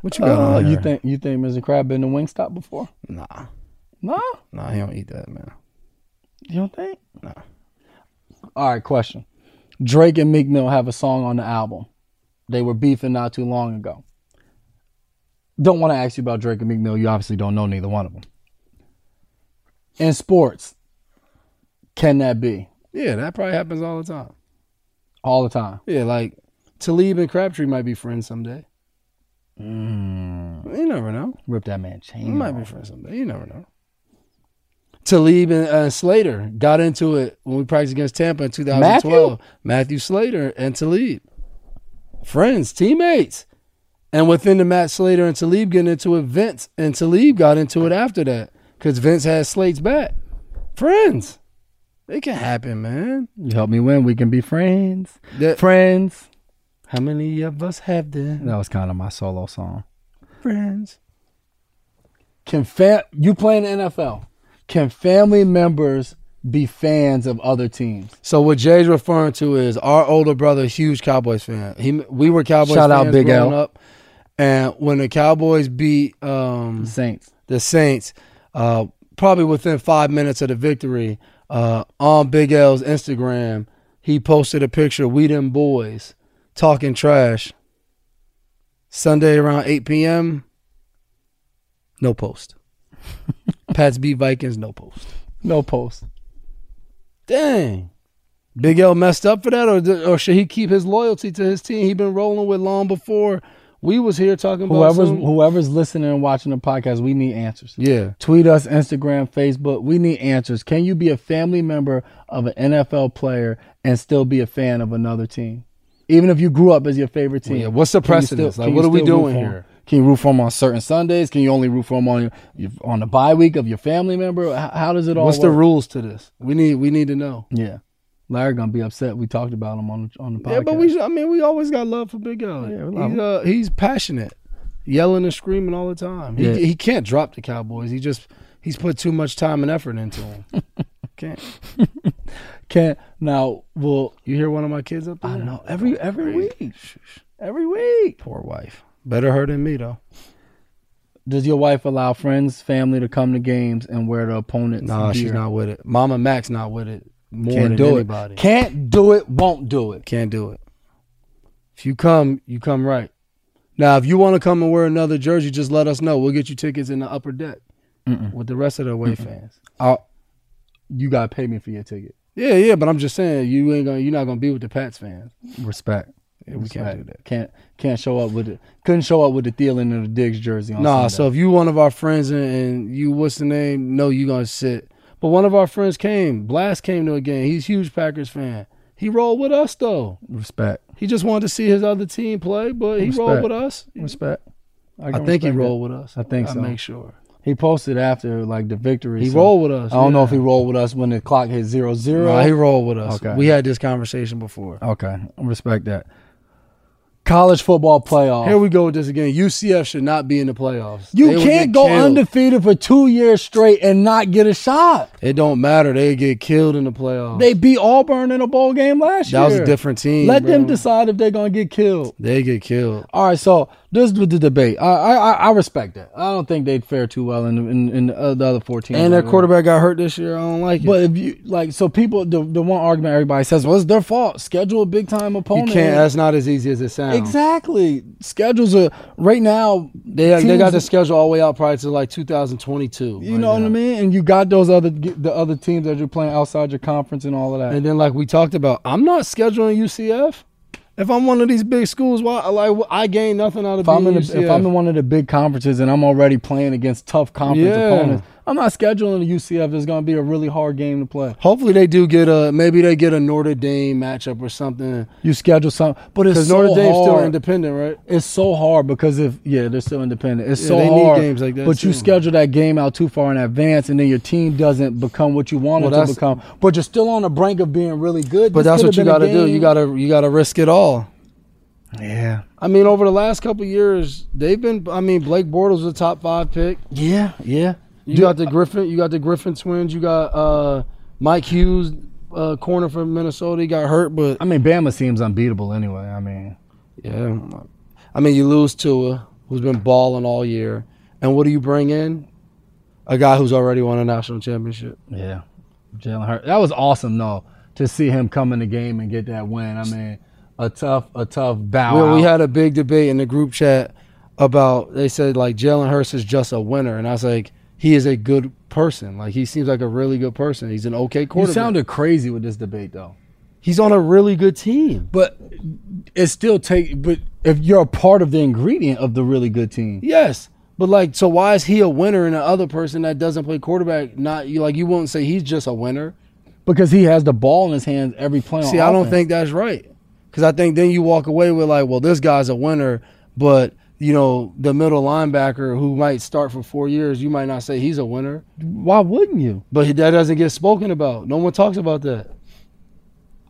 S1: What you got?
S2: on
S1: Uh, you
S2: here?
S1: think you think Mr. Crab been to Wingstop before?
S2: Nah,
S1: No,
S2: nah, he don't eat that, man.
S1: you don't think?
S2: No.
S1: All right. Question: Drake and Meek Mill have a song on the album. They were beefing not too long ago. Don't want to ask you about Drake and Meek Mill. You obviously don't know neither one of them. In sports, can that be
S2: Yeah, that probably happens all the time.
S1: all the time?
S2: Yeah, like Talib and Crabtree might be friends someday. You never know.
S1: Rip that man chain.
S2: They might be friends someday. You never know. Talib and uh, Slater got into it when we practiced against Tampa in 2012. Matthew, Slater and Talib, friends, teammates, and within the match, Slater and Talib getting into it. Vince and Talib got into it after that because Vince had Slate's back. Friends, it can happen, man.
S1: You help me win. We can be friends.
S2: That-
S1: Friends.
S2: How many of us have them?
S1: That was kind of my solo song.
S2: Friends.
S1: Can fam you play in the NFL? Can family members be fans of other teams?
S2: So what Jay's referring to is our older brother, huge Cowboys fan. He we were Cowboys
S1: Shout out
S2: fans
S1: Big
S2: growing
S1: L.
S2: up, and when the Cowboys beat um,
S1: Saints.
S2: the Saints, uh, probably within five minutes of the victory, uh, on Big L's Instagram, he posted a picture. We them boys talking trash. Sunday around eight p.m. No post. Pats beat Vikings. No post.
S1: No post.
S2: Dang. Big L messed up for that, or th- or should he keep his loyalty to his team? He been rolling with long before we was here talking about
S1: Whoever's
S2: some-
S1: whoever's listening and watching the podcast, we need answers.
S2: yeah.
S1: Tweet us, Instagram, Facebook. We need answers. Can you be a family member of an NFL player and still be a fan of another team? Even if you grew up as your favorite team.
S2: Yeah, what's the
S1: Can you
S2: precedence?
S1: still-
S2: Like,
S1: can
S2: what
S1: you
S2: are we
S1: still root
S2: doing
S1: for 'em?
S2: here?
S1: Can you root for them on certain Sundays? Can you only root for them on your, your on the bye week of your family member? How, how does it all?
S2: What's the
S1: work?
S2: rules to this? We need we need to know.
S1: Yeah, Larry gonna be upset. We talked about him on the, on the podcast.
S2: Yeah, but we I mean we always got love for Big L.
S1: Yeah, we love
S2: he's,
S1: him.
S2: uh, he's passionate, yelling and screaming all the time. He
S1: Yeah.
S2: he can't drop the Cowboys. He just he's put too much time and effort into them. can't
S1: can't now. Well,
S2: you hear one of my kids up there?
S1: I know every every
S2: Crazy.
S1: week, every week.
S2: Poor wife. Better her than me though.
S1: Does your wife allow friends, family to come to games and wear the opponent's
S2: Nah, she's
S1: gear?
S2: not with it. Mama Mac's not with it more
S1: Can't
S2: than
S1: do
S2: anybody.
S1: it. Can't do it. Won't do it.
S2: Can't do it. If you come, you come right. Now, if you want to come and wear another jersey, just let us know. We'll get you tickets in the upper deck with the rest of the away fans.
S1: I'll, you gotta pay me for your ticket.
S2: Yeah, yeah, but I'm just saying you ain't gonna, you're not gonna be with the Pats fans.
S1: Respect.
S2: Yeah, we can't
S1: Right.
S2: do that.
S1: Can't can't show up with it. Couldn't show up with the Thielen and the Diggs jersey on.
S2: Nah,
S1: Sunday.
S2: so if you one of our friends and, and you what's the name? No, you gonna sit. But one of our friends came. Blast came to a game. He's a huge Packers fan. He rolled with us though.
S1: respect,
S2: He just wanted to see his other team play, but he rolled
S1: Respect.
S2: with us.
S1: respect.
S2: I
S1: can
S2: think he
S1: respect that.
S2: rolled with us.
S1: I think so.
S2: make sure
S1: He posted after like the victory.
S2: he
S1: so
S2: rolled with us.
S1: I don't know if
S2: yeah.
S1: he rolled with us when the clock hit zero zero.
S2: Nah, he rolled with us.
S1: Okay.
S2: We had this conversation before.
S1: okay, respect that. College football playoff.
S2: Here we go with this again. UCF should not be in the playoffs.
S1: you
S2: They would get
S1: can't go
S2: killed.
S1: undefeated for two years straight and not get a shot.
S2: It don't matter. They get killed in the playoffs.
S1: They beat Auburn in a bowl game last year.
S2: that was a different team.
S1: Let
S2: bro.
S1: them decide if they're gonna get killed.
S2: They get killed.
S1: All right, so this is the debate. I I, I- I respect that. I don't think they'd fare too well in in, in the other fourteen.
S2: And their quarterback got hurt this year. I don't like it.
S1: But if you like, so people the, the one argument everybody says, well, it's their fault. Schedule a big time
S2: you
S1: opponent.
S2: can't. That's not as easy as it sounds.
S1: exactly. Schedules are right now.
S2: They they got
S1: teams-
S2: the schedule all the way out probably to like 2022.
S1: You
S2: right
S1: know what I
S2: now.
S1: mean? And you got those other the other teams that you're playing outside your conference and all of that.
S2: And then, like we talked about, I'm not scheduling UCF. If I'm one of these big schools, why like I gain nothing out of
S1: if I'm
S2: being
S1: in a,
S2: UCF.
S1: if I'm in one of the big conferences and I'm already playing against tough conference
S2: Yeah.
S1: opponents, I'm not scheduling a UCF. It's going to be a really hard game to play.
S2: Hopefully they do get a maybe they get a Notre Dame matchup or something.
S1: You schedule something, but it's
S2: Because
S1: so
S2: Notre Dame's
S1: hard.
S2: still independent, right?
S1: It's so hard because if yeah, they're still independent. It's
S2: Yeah,
S1: so
S2: they need
S1: hard.
S2: games like that
S1: but you
S2: too.
S1: schedule that game out too far in advance, and then your team doesn't become what you want
S2: Well,
S1: it to
S2: that's-
S1: become. But you're still on the brink of being really good.
S2: But
S1: This
S2: that's
S1: could
S2: what you
S1: have been
S2: gotta
S1: a
S2: do. You
S1: game-
S2: gotta you gotta risk it all.
S1: yeah,
S2: I mean, over the last couple of years, they've been. I mean, Blake Bortles was a top five pick.
S1: yeah, yeah.
S2: You got the Griffin. You got the Griffin twins. You got uh, Mike Hughes, uh, corner from Minnesota. He got hurt, but
S1: I mean, Bama seems unbeatable anyway. I mean,
S2: yeah. I mean, you lose Tua, who's been balling all year, and what do you bring in? A guy who's already won a national championship.
S1: yeah, Jalen Hurt. That was awesome though to see him come in the game and get that win. I mean, a tough, a tough bow.
S2: Well, we
S1: out.
S2: had a big debate in the group chat about they said like Jalen Hurst is just a winner, and I was like, he is a good person. Like he seems like a really good person. He's an okay
S1: you
S2: quarterback.
S1: sounded crazy with this debate though.
S2: He's on a really good team.
S1: But it still take. But if you're a part of the ingredient of the really good team,
S2: Yes. But like, so why is he a winner and the other person that doesn't play quarterback not you like you won't say he's just a winner?
S1: because he has the ball in his hands every play. on
S2: See, I don't
S1: offense.
S2: think that's right. Cause I think then you walk away with like, well, this guy's a winner, but you know, the middle linebacker who might start for four years, you might not say he's a winner.
S1: Why wouldn't you?
S2: But he- that doesn't get spoken about. No one talks about that.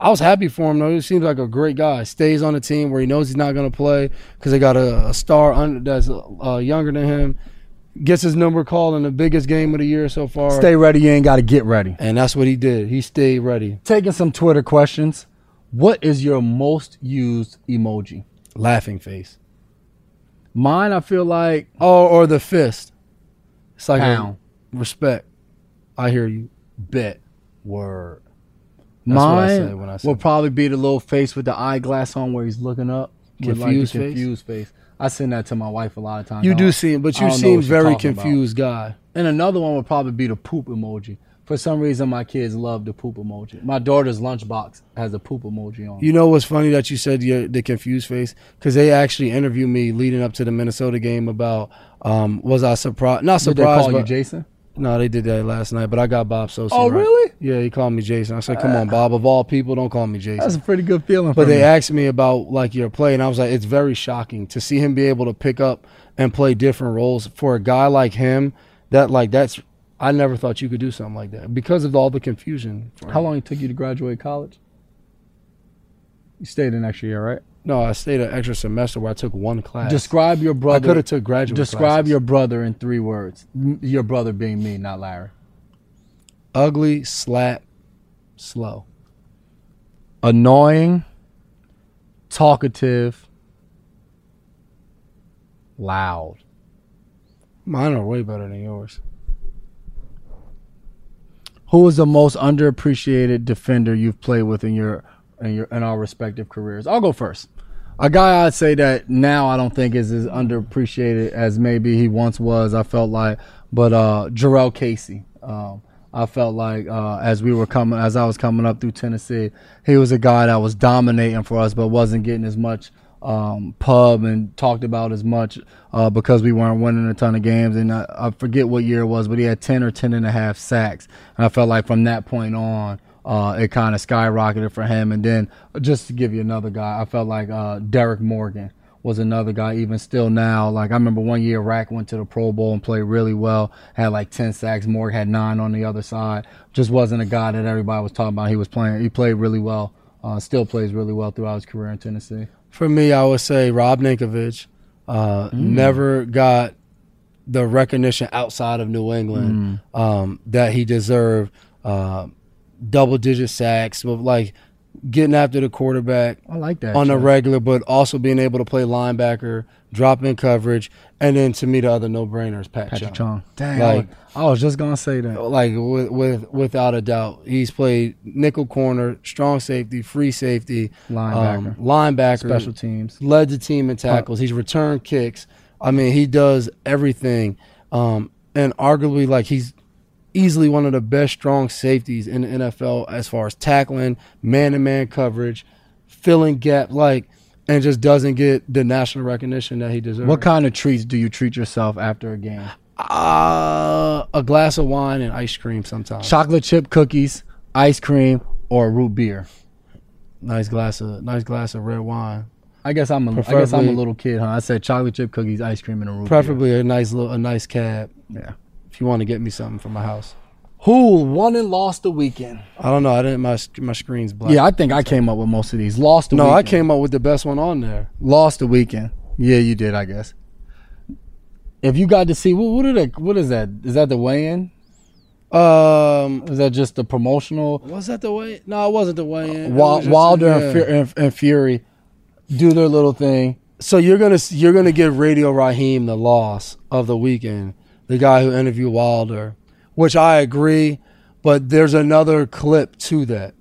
S2: I was happy for him though. He seems like a great guy. Stays on a team where he knows he's not going to play because they got a, a star under, that's uh, younger than him. Gets his number called in the biggest game of the year so far.
S1: Stay ready. You ain't got to get ready.
S2: and that's what he did. He stayed ready.
S1: Taking some Twitter questions. What is your most used emoji?
S2: Laughing face.
S1: Mine, I feel like
S2: Oh, or the fist. It's like a-
S1: Pound.
S2: respect. I hear you.
S1: bet word.
S2: That's what I
S1: Mine
S2: said when I said
S1: will probably be the little face with the eyeglass on where he's looking up. with, like, the
S2: Confused face?
S1: confused face. I send that to my wife a lot of times.
S2: You
S1: I
S2: do
S1: don't-
S2: seem, but
S1: I
S2: you
S1: don't know
S2: seem
S1: what you're
S2: very
S1: talking about.
S2: confused guy.
S1: And another one would probably be the poop emoji. For some reason, my kids love the poop emoji. My daughter's lunchbox has a poop emoji on. it.
S2: You know what's funny that you said your, the confused face because they actually interviewed me leading up to the Minnesota game about um, was I surprised? Not
S1: Did they
S2: surprised.
S1: call you
S2: but-
S1: Jason?
S2: no, they did that last night, but I got Bob Sosa.
S1: Oh,
S2: right.
S1: really? Ah.
S2: Yeah, he called me Jason. I said, "Come on, Bob. Of all people, don't call me Jason."
S1: That's a pretty good feeling.
S2: But
S1: for
S2: they
S1: me.
S2: asked me about like your play, and I was like, it's very shocking to see him be able to pick up and play different roles for a guy like him. That like that's I never thought you could do something like that because of all the confusion.
S1: how long it took you to graduate college? You stayed an extra year, right?
S2: No, I stayed an extra semester where I took one class.
S1: Describe your
S2: I
S1: brother.
S2: could have took graduate.
S1: describe
S2: classes.
S1: your brother in three words. M- Your brother being me, not Larry.
S2: ugly, slap, slow.
S1: Annoying, talkative, loud.
S2: Mine are way better than yours.
S1: Who is the most underappreciated defender you've played with in your in your in our respective careers? I'll go first. A guy I'd say that now I don't think is as underappreciated as maybe he once was. I felt like, but uh, Jarrell Casey. Um, I felt like uh, as we were coming, as I was coming up through Tennessee, he was a guy that was dominating for us, but wasn't getting as much um, pub and talked about as much uh, because we weren't winning a ton of games. And I, I forget what year it was, but he had 10 or 10 and a half sacks. And I felt like from that point on, uh, it kind of skyrocketed for him. And then uh, just to give you another guy, I felt like uh, Derek Morgan was another guy, even still now. Like, I remember one year Rack went to the Pro Bowl and played really well, had like 10 sacks. Morgan had nine on the other side. Just wasn't a guy that everybody was talking about. He was playing, he played really well. Uh, still plays really well throughout his career in Tennessee.
S2: For me, I would say Rob Ninkovich
S1: Mm.
S2: uh, never got the recognition outside of New England
S1: Mm.
S2: um, that he deserved. Uh, double digit sacks, but like getting after the quarterback
S1: I like that.
S2: on a
S1: Jeff.
S2: regular, but also being able to play linebacker, drop in coverage, and then to me the other no brainers, Pat,
S1: Patrick
S2: Chung.
S1: Chung. Dang, I, was,
S2: Like-
S1: I was just gonna say that.
S2: like with, with without a doubt, he's played nickel corner, strong safety, free safety, um,
S1: Linebacker.
S2: linebacker,
S1: Special teams.
S2: led the team in tackles. He's returned kicks. I mean, he does everything, um, and arguably like he's easily one of the best strong safeties in the NFL as far as tackling, man to man coverage, filling gap, like, and just doesn't get the national recognition that he deserves.
S1: What kind of treats do you treat yourself after a game?
S2: uh, a glass of wine and ice cream sometimes.
S1: Chocolate chip cookies, ice cream, or root beer.
S2: Nice glass of nice glass of red wine.
S1: I guess I'm a I guess I'm a
S2: Preferably-
S1: little kid, huh? I said chocolate chip cookies, ice cream, and a root
S2: Preferably a nice little a nice cab
S1: beer. Yeah.
S2: if you want to get me something from my house.
S1: Who won and lost the weekend?
S2: I don't know. I didn't. My sc- my screen's black.
S1: Yeah, I think I came up with most of these. Lost the
S2: No,
S1: weekend.
S2: I came up with the best one on there.
S1: Lost the weekend. Yeah, you did, I guess. If you got to see what what are the, what is that? Is that the weigh-in?
S2: Um,
S1: Is that just the promotional?
S2: was that the way? No, it wasn't the way. in. It
S1: Wa-
S2: was just-
S1: Wilder
S2: yeah.
S1: and, Fu- and, and Fury do their little thing.
S2: So you're gonna s- you're gonna give Radio Raheem the loss of the weekend, the guy who interviewed Wilder, which I agree, but there's another clip to that.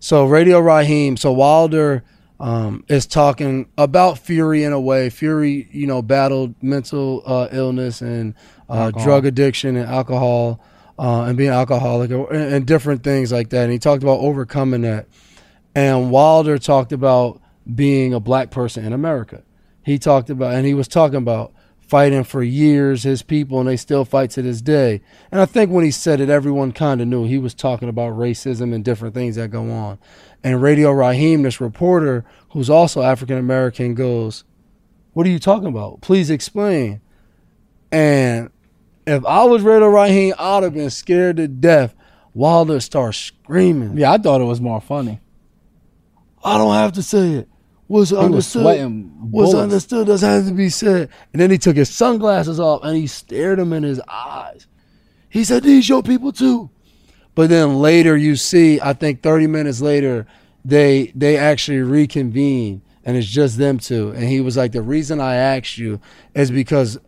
S2: So Radio Raheem, so Wilder um, is talking about Fury in a way. Fury, you know, battled mental uh, illness and uh, drug addiction and alcohol uh, and being alcoholic or- and, and different things like that. And he talked about overcoming that and Wilder talked about being a black person in America. He talked about, and he was talking about fighting for years his people, and they still fight to this day. And I think when he said it, everyone kind of knew he was talking about racism and different things that go on. And Radio Raheem, this reporter who's also African American, goes, "What are you talking about? Please explain." And if I was Radio Raheem, I'd have been scared to death. Wilder starts screaming.
S1: Yeah, I thought it was more funny.
S2: I don't have to say it. What's understood?
S1: sweating
S2: What's
S1: bullets.
S2: understood doesn't have to be said. And then he took his sunglasses off and he stared him in his eyes. He said, "These your people too." But then later, you see, I think thirty minutes later, they they actually reconvene and it's just them two. And he was like, "The reason I asked you is because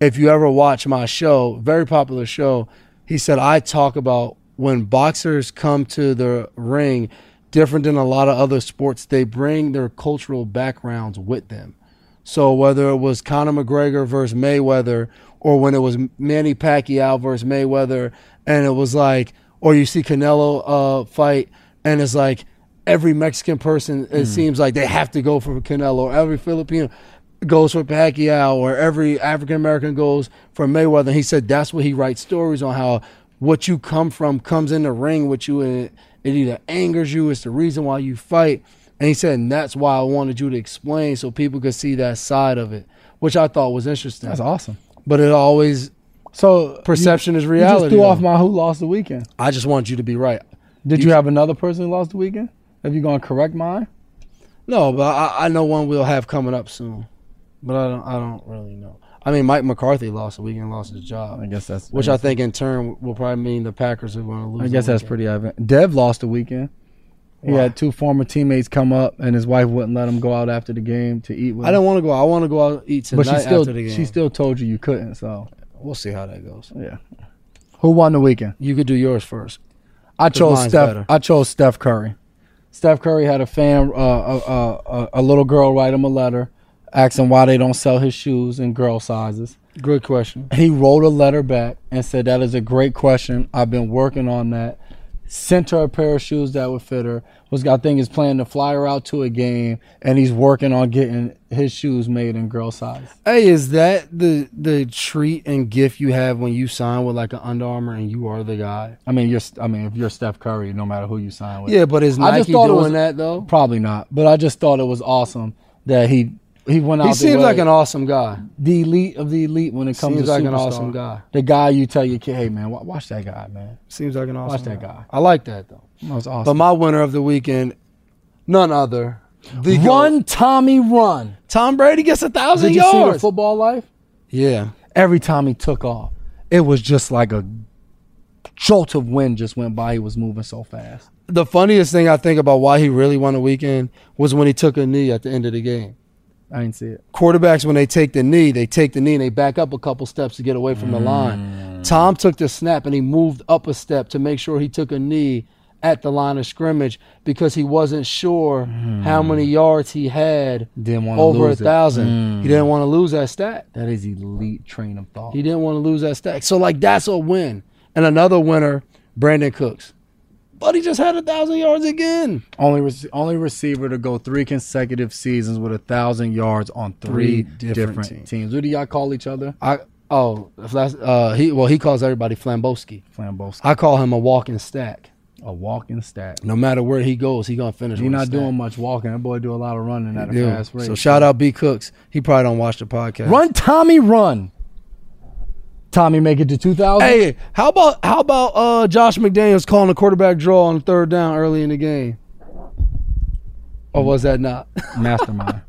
S2: if you ever watch my show, very popular show, he said I talk about when boxers come to the ring, different than a lot of other sports, they bring their cultural backgrounds with them. So whether it was Conor McGregor versus Mayweather, or when it was Manny Pacquiao versus Mayweather, and it was like, or you see Canelo uh, fight, and it's like every Mexican person, it seems like they have to go for Canelo, or every Filipino goes for Pacquiao, or every African American goes for Mayweather. He said that's what he writes stories on how what you come from comes in the ring with you, and it, it either angers you, it's the reason why you fight. And he said, and that's why I wanted you to explain so people could see that side of it, which I thought was interesting.
S1: That's awesome.
S2: But it always,
S1: So
S2: perception is
S1: you, you
S2: reality.
S1: just threw
S2: though.
S1: off my who lost the weekend.
S2: I just want you to be right.
S1: Did you, have another person who lost the weekend? Have you gone correct mine?
S2: No, but I, I know one we'll have coming up soon. But I don't, I don't really know. I mean, Mike McCarthy lost the weekend, lost his job,
S1: I guess that's
S2: which I think in turn will probably mean the Packers are going to lose.
S1: I
S2: the
S1: guess that's
S2: weekend.
S1: pretty evident. Dev lost the weekend. He
S2: Why?
S1: had two former teammates come up, and his wife wouldn't let him go out after the game to eat with.
S2: I
S1: him.
S2: don't want to go. I want to go out and eat tonight
S1: but she still,
S2: after the game.
S1: she still told you you couldn't. So
S2: we'll see how that goes.
S1: yeah. Who won the weekend?
S2: You could do yours first.
S1: I chose
S2: mine's
S1: Steph.
S2: better.
S1: I chose Steph Curry. Steph Curry had a fan, uh, a, a, a, a little girl, write him a letter, asking why they don't sell his shoes in girl sizes.
S2: Good question.
S1: He wrote a letter back and said, "That is a great question. I've been working on that." Sent her a pair of shoes that would fit her. Was I think is planning to fly her out to a game, and he's working on getting his shoes made in girl size.
S2: Hey, is that the the treat and gift you have when you sign with like an Under Armour and you are the guy?
S1: I mean, you're. I mean, if you're Steph Curry, no matter who you sign with,
S2: Yeah, but is Nike
S1: I just thought it
S2: doing
S1: was-
S2: that though?
S1: Probably not, but I just thought it was awesome that he he went out.
S2: He
S1: the
S2: seems
S1: way-
S2: like an awesome guy.
S1: the elite of the elite when it comes
S2: Seems
S1: to
S2: like
S1: superstar.
S2: an awesome guy.
S1: The guy you tell your kid, hey man, wa- watch that guy, man.
S2: Seems like an awesome.
S1: Watch that guy.
S2: I like that though.
S1: That was
S2: But
S1: awesome.
S2: my winner of the weekend, none other. The GOAT.
S1: run, Tommy, run.
S2: Tom Brady gets a thousand
S1: Did you see the
S2: yards.
S1: football life?
S2: yeah,
S1: Every time he took off, it was just like a jolt of wind just went by. He was moving so fast.
S2: the funniest thing I think about why he really won the weekend was when he took a knee at the end of the game.
S1: I didn't see it.
S2: quarterbacks when they take the knee, they take the knee and they back up a couple steps to get away
S1: Mm.
S2: from the line. Tom took the snap and he moved up a step to make sure he took a knee at the line of scrimmage because he wasn't sure how many yards he had
S1: Didn't want to
S2: over a
S1: Mm. lose it. Mm.
S2: thousand. He didn't want to lose that stat.
S1: That is elite train of thought.
S2: He didn't want to lose that stack. So like that's a win. And another winner, Brandon Cooks. But he just had a thousand yards again.
S1: Only rec- only receiver to go three consecutive seasons with a thousand yards on three,
S2: Three different
S1: different, teams. What do y'all call each other?
S2: I Oh, if that's, uh, he well he calls everybody Flamboski.
S1: Flamboski,
S2: I call him a walking stack.
S1: a walking stat.
S2: No matter where he goes, he gonna finish.
S1: You're
S2: with a
S1: not
S2: stack.
S1: doing much walking. That boy do a lot of running at a
S2: Yeah.
S1: fast rate.
S2: So shout out B Cooks. He probably don't watch the podcast.
S1: Run, Tommy, run. Tommy, make it to 2000.
S2: Hey, how about how about uh, Josh McDaniels calling a quarterback draw on third down early in the game? Or was that not?
S1: Mastermind.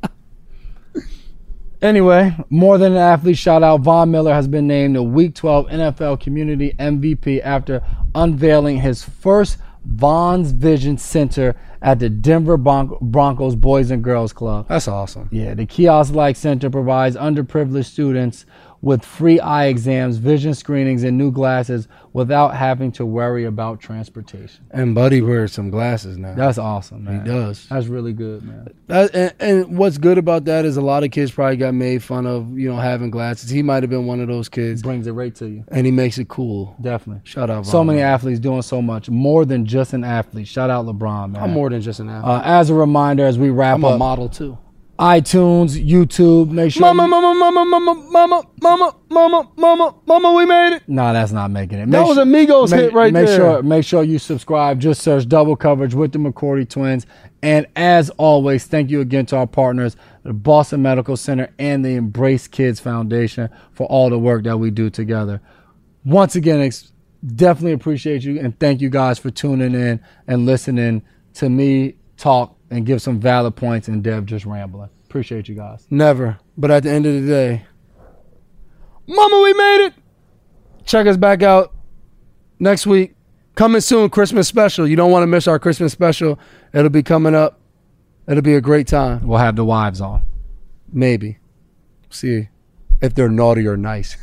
S1: anyway, more than an athlete shout out, Von Miller has been named the Week 12 NFL Community MVP after unveiling his first Von's Vision Center at the Denver Bron- Broncos Boys and Girls Club.
S2: (laughs) That's awesome.
S1: Yeah, the kiosk like center provides underprivileged students with free eye exams, vision screenings, and new glasses without having to worry about transportation.
S2: And Buddy wears some glasses now.
S1: That's awesome, man.
S2: he does.
S1: That's really good, man.
S2: That, and, and what's good about that is a lot of kids probably got made fun of, you know, having glasses. He might have been one of those kids,
S1: Brings it right to you.
S2: and he makes it cool.
S1: Definitely.
S2: Shout out,
S1: So
S2: Von
S1: many
S2: Miller.
S1: athletes doing so much, more than just an athlete. Shout out LeBron, man.
S2: I'm more than just an athlete.
S1: uh, as a reminder, as we wrap
S2: I'm a
S1: up,
S2: model too.
S1: iTunes, YouTube, make sure.
S2: Mama, mama, mama, mama, mama, mama, mama, mama, mama. We made it.
S1: Nah, that's not making it. Make
S2: That was
S1: su-
S2: Amigos
S1: make,
S2: hit right
S1: make
S2: there.
S1: Sure, make sure you subscribe. Just search double coverage with the McCourty twins. And as always, thank you again to our partners, the Boston Medical Center and the Embrace Kids Foundation for all the work that we do together. Once again, ex- definitely appreciate you and thank you guys for tuning in and listening to me talk and give some valid points and Dev just rambling. Appreciate you guys.
S2: Never. But at the end of the day, Mama, we made it. Check us back out next week. Coming soon, Christmas special. You don't want to miss our Christmas special. It'll be coming up. It'll be a great time.
S1: We'll have the wives on.
S2: Maybe. See if they're naughty or nice.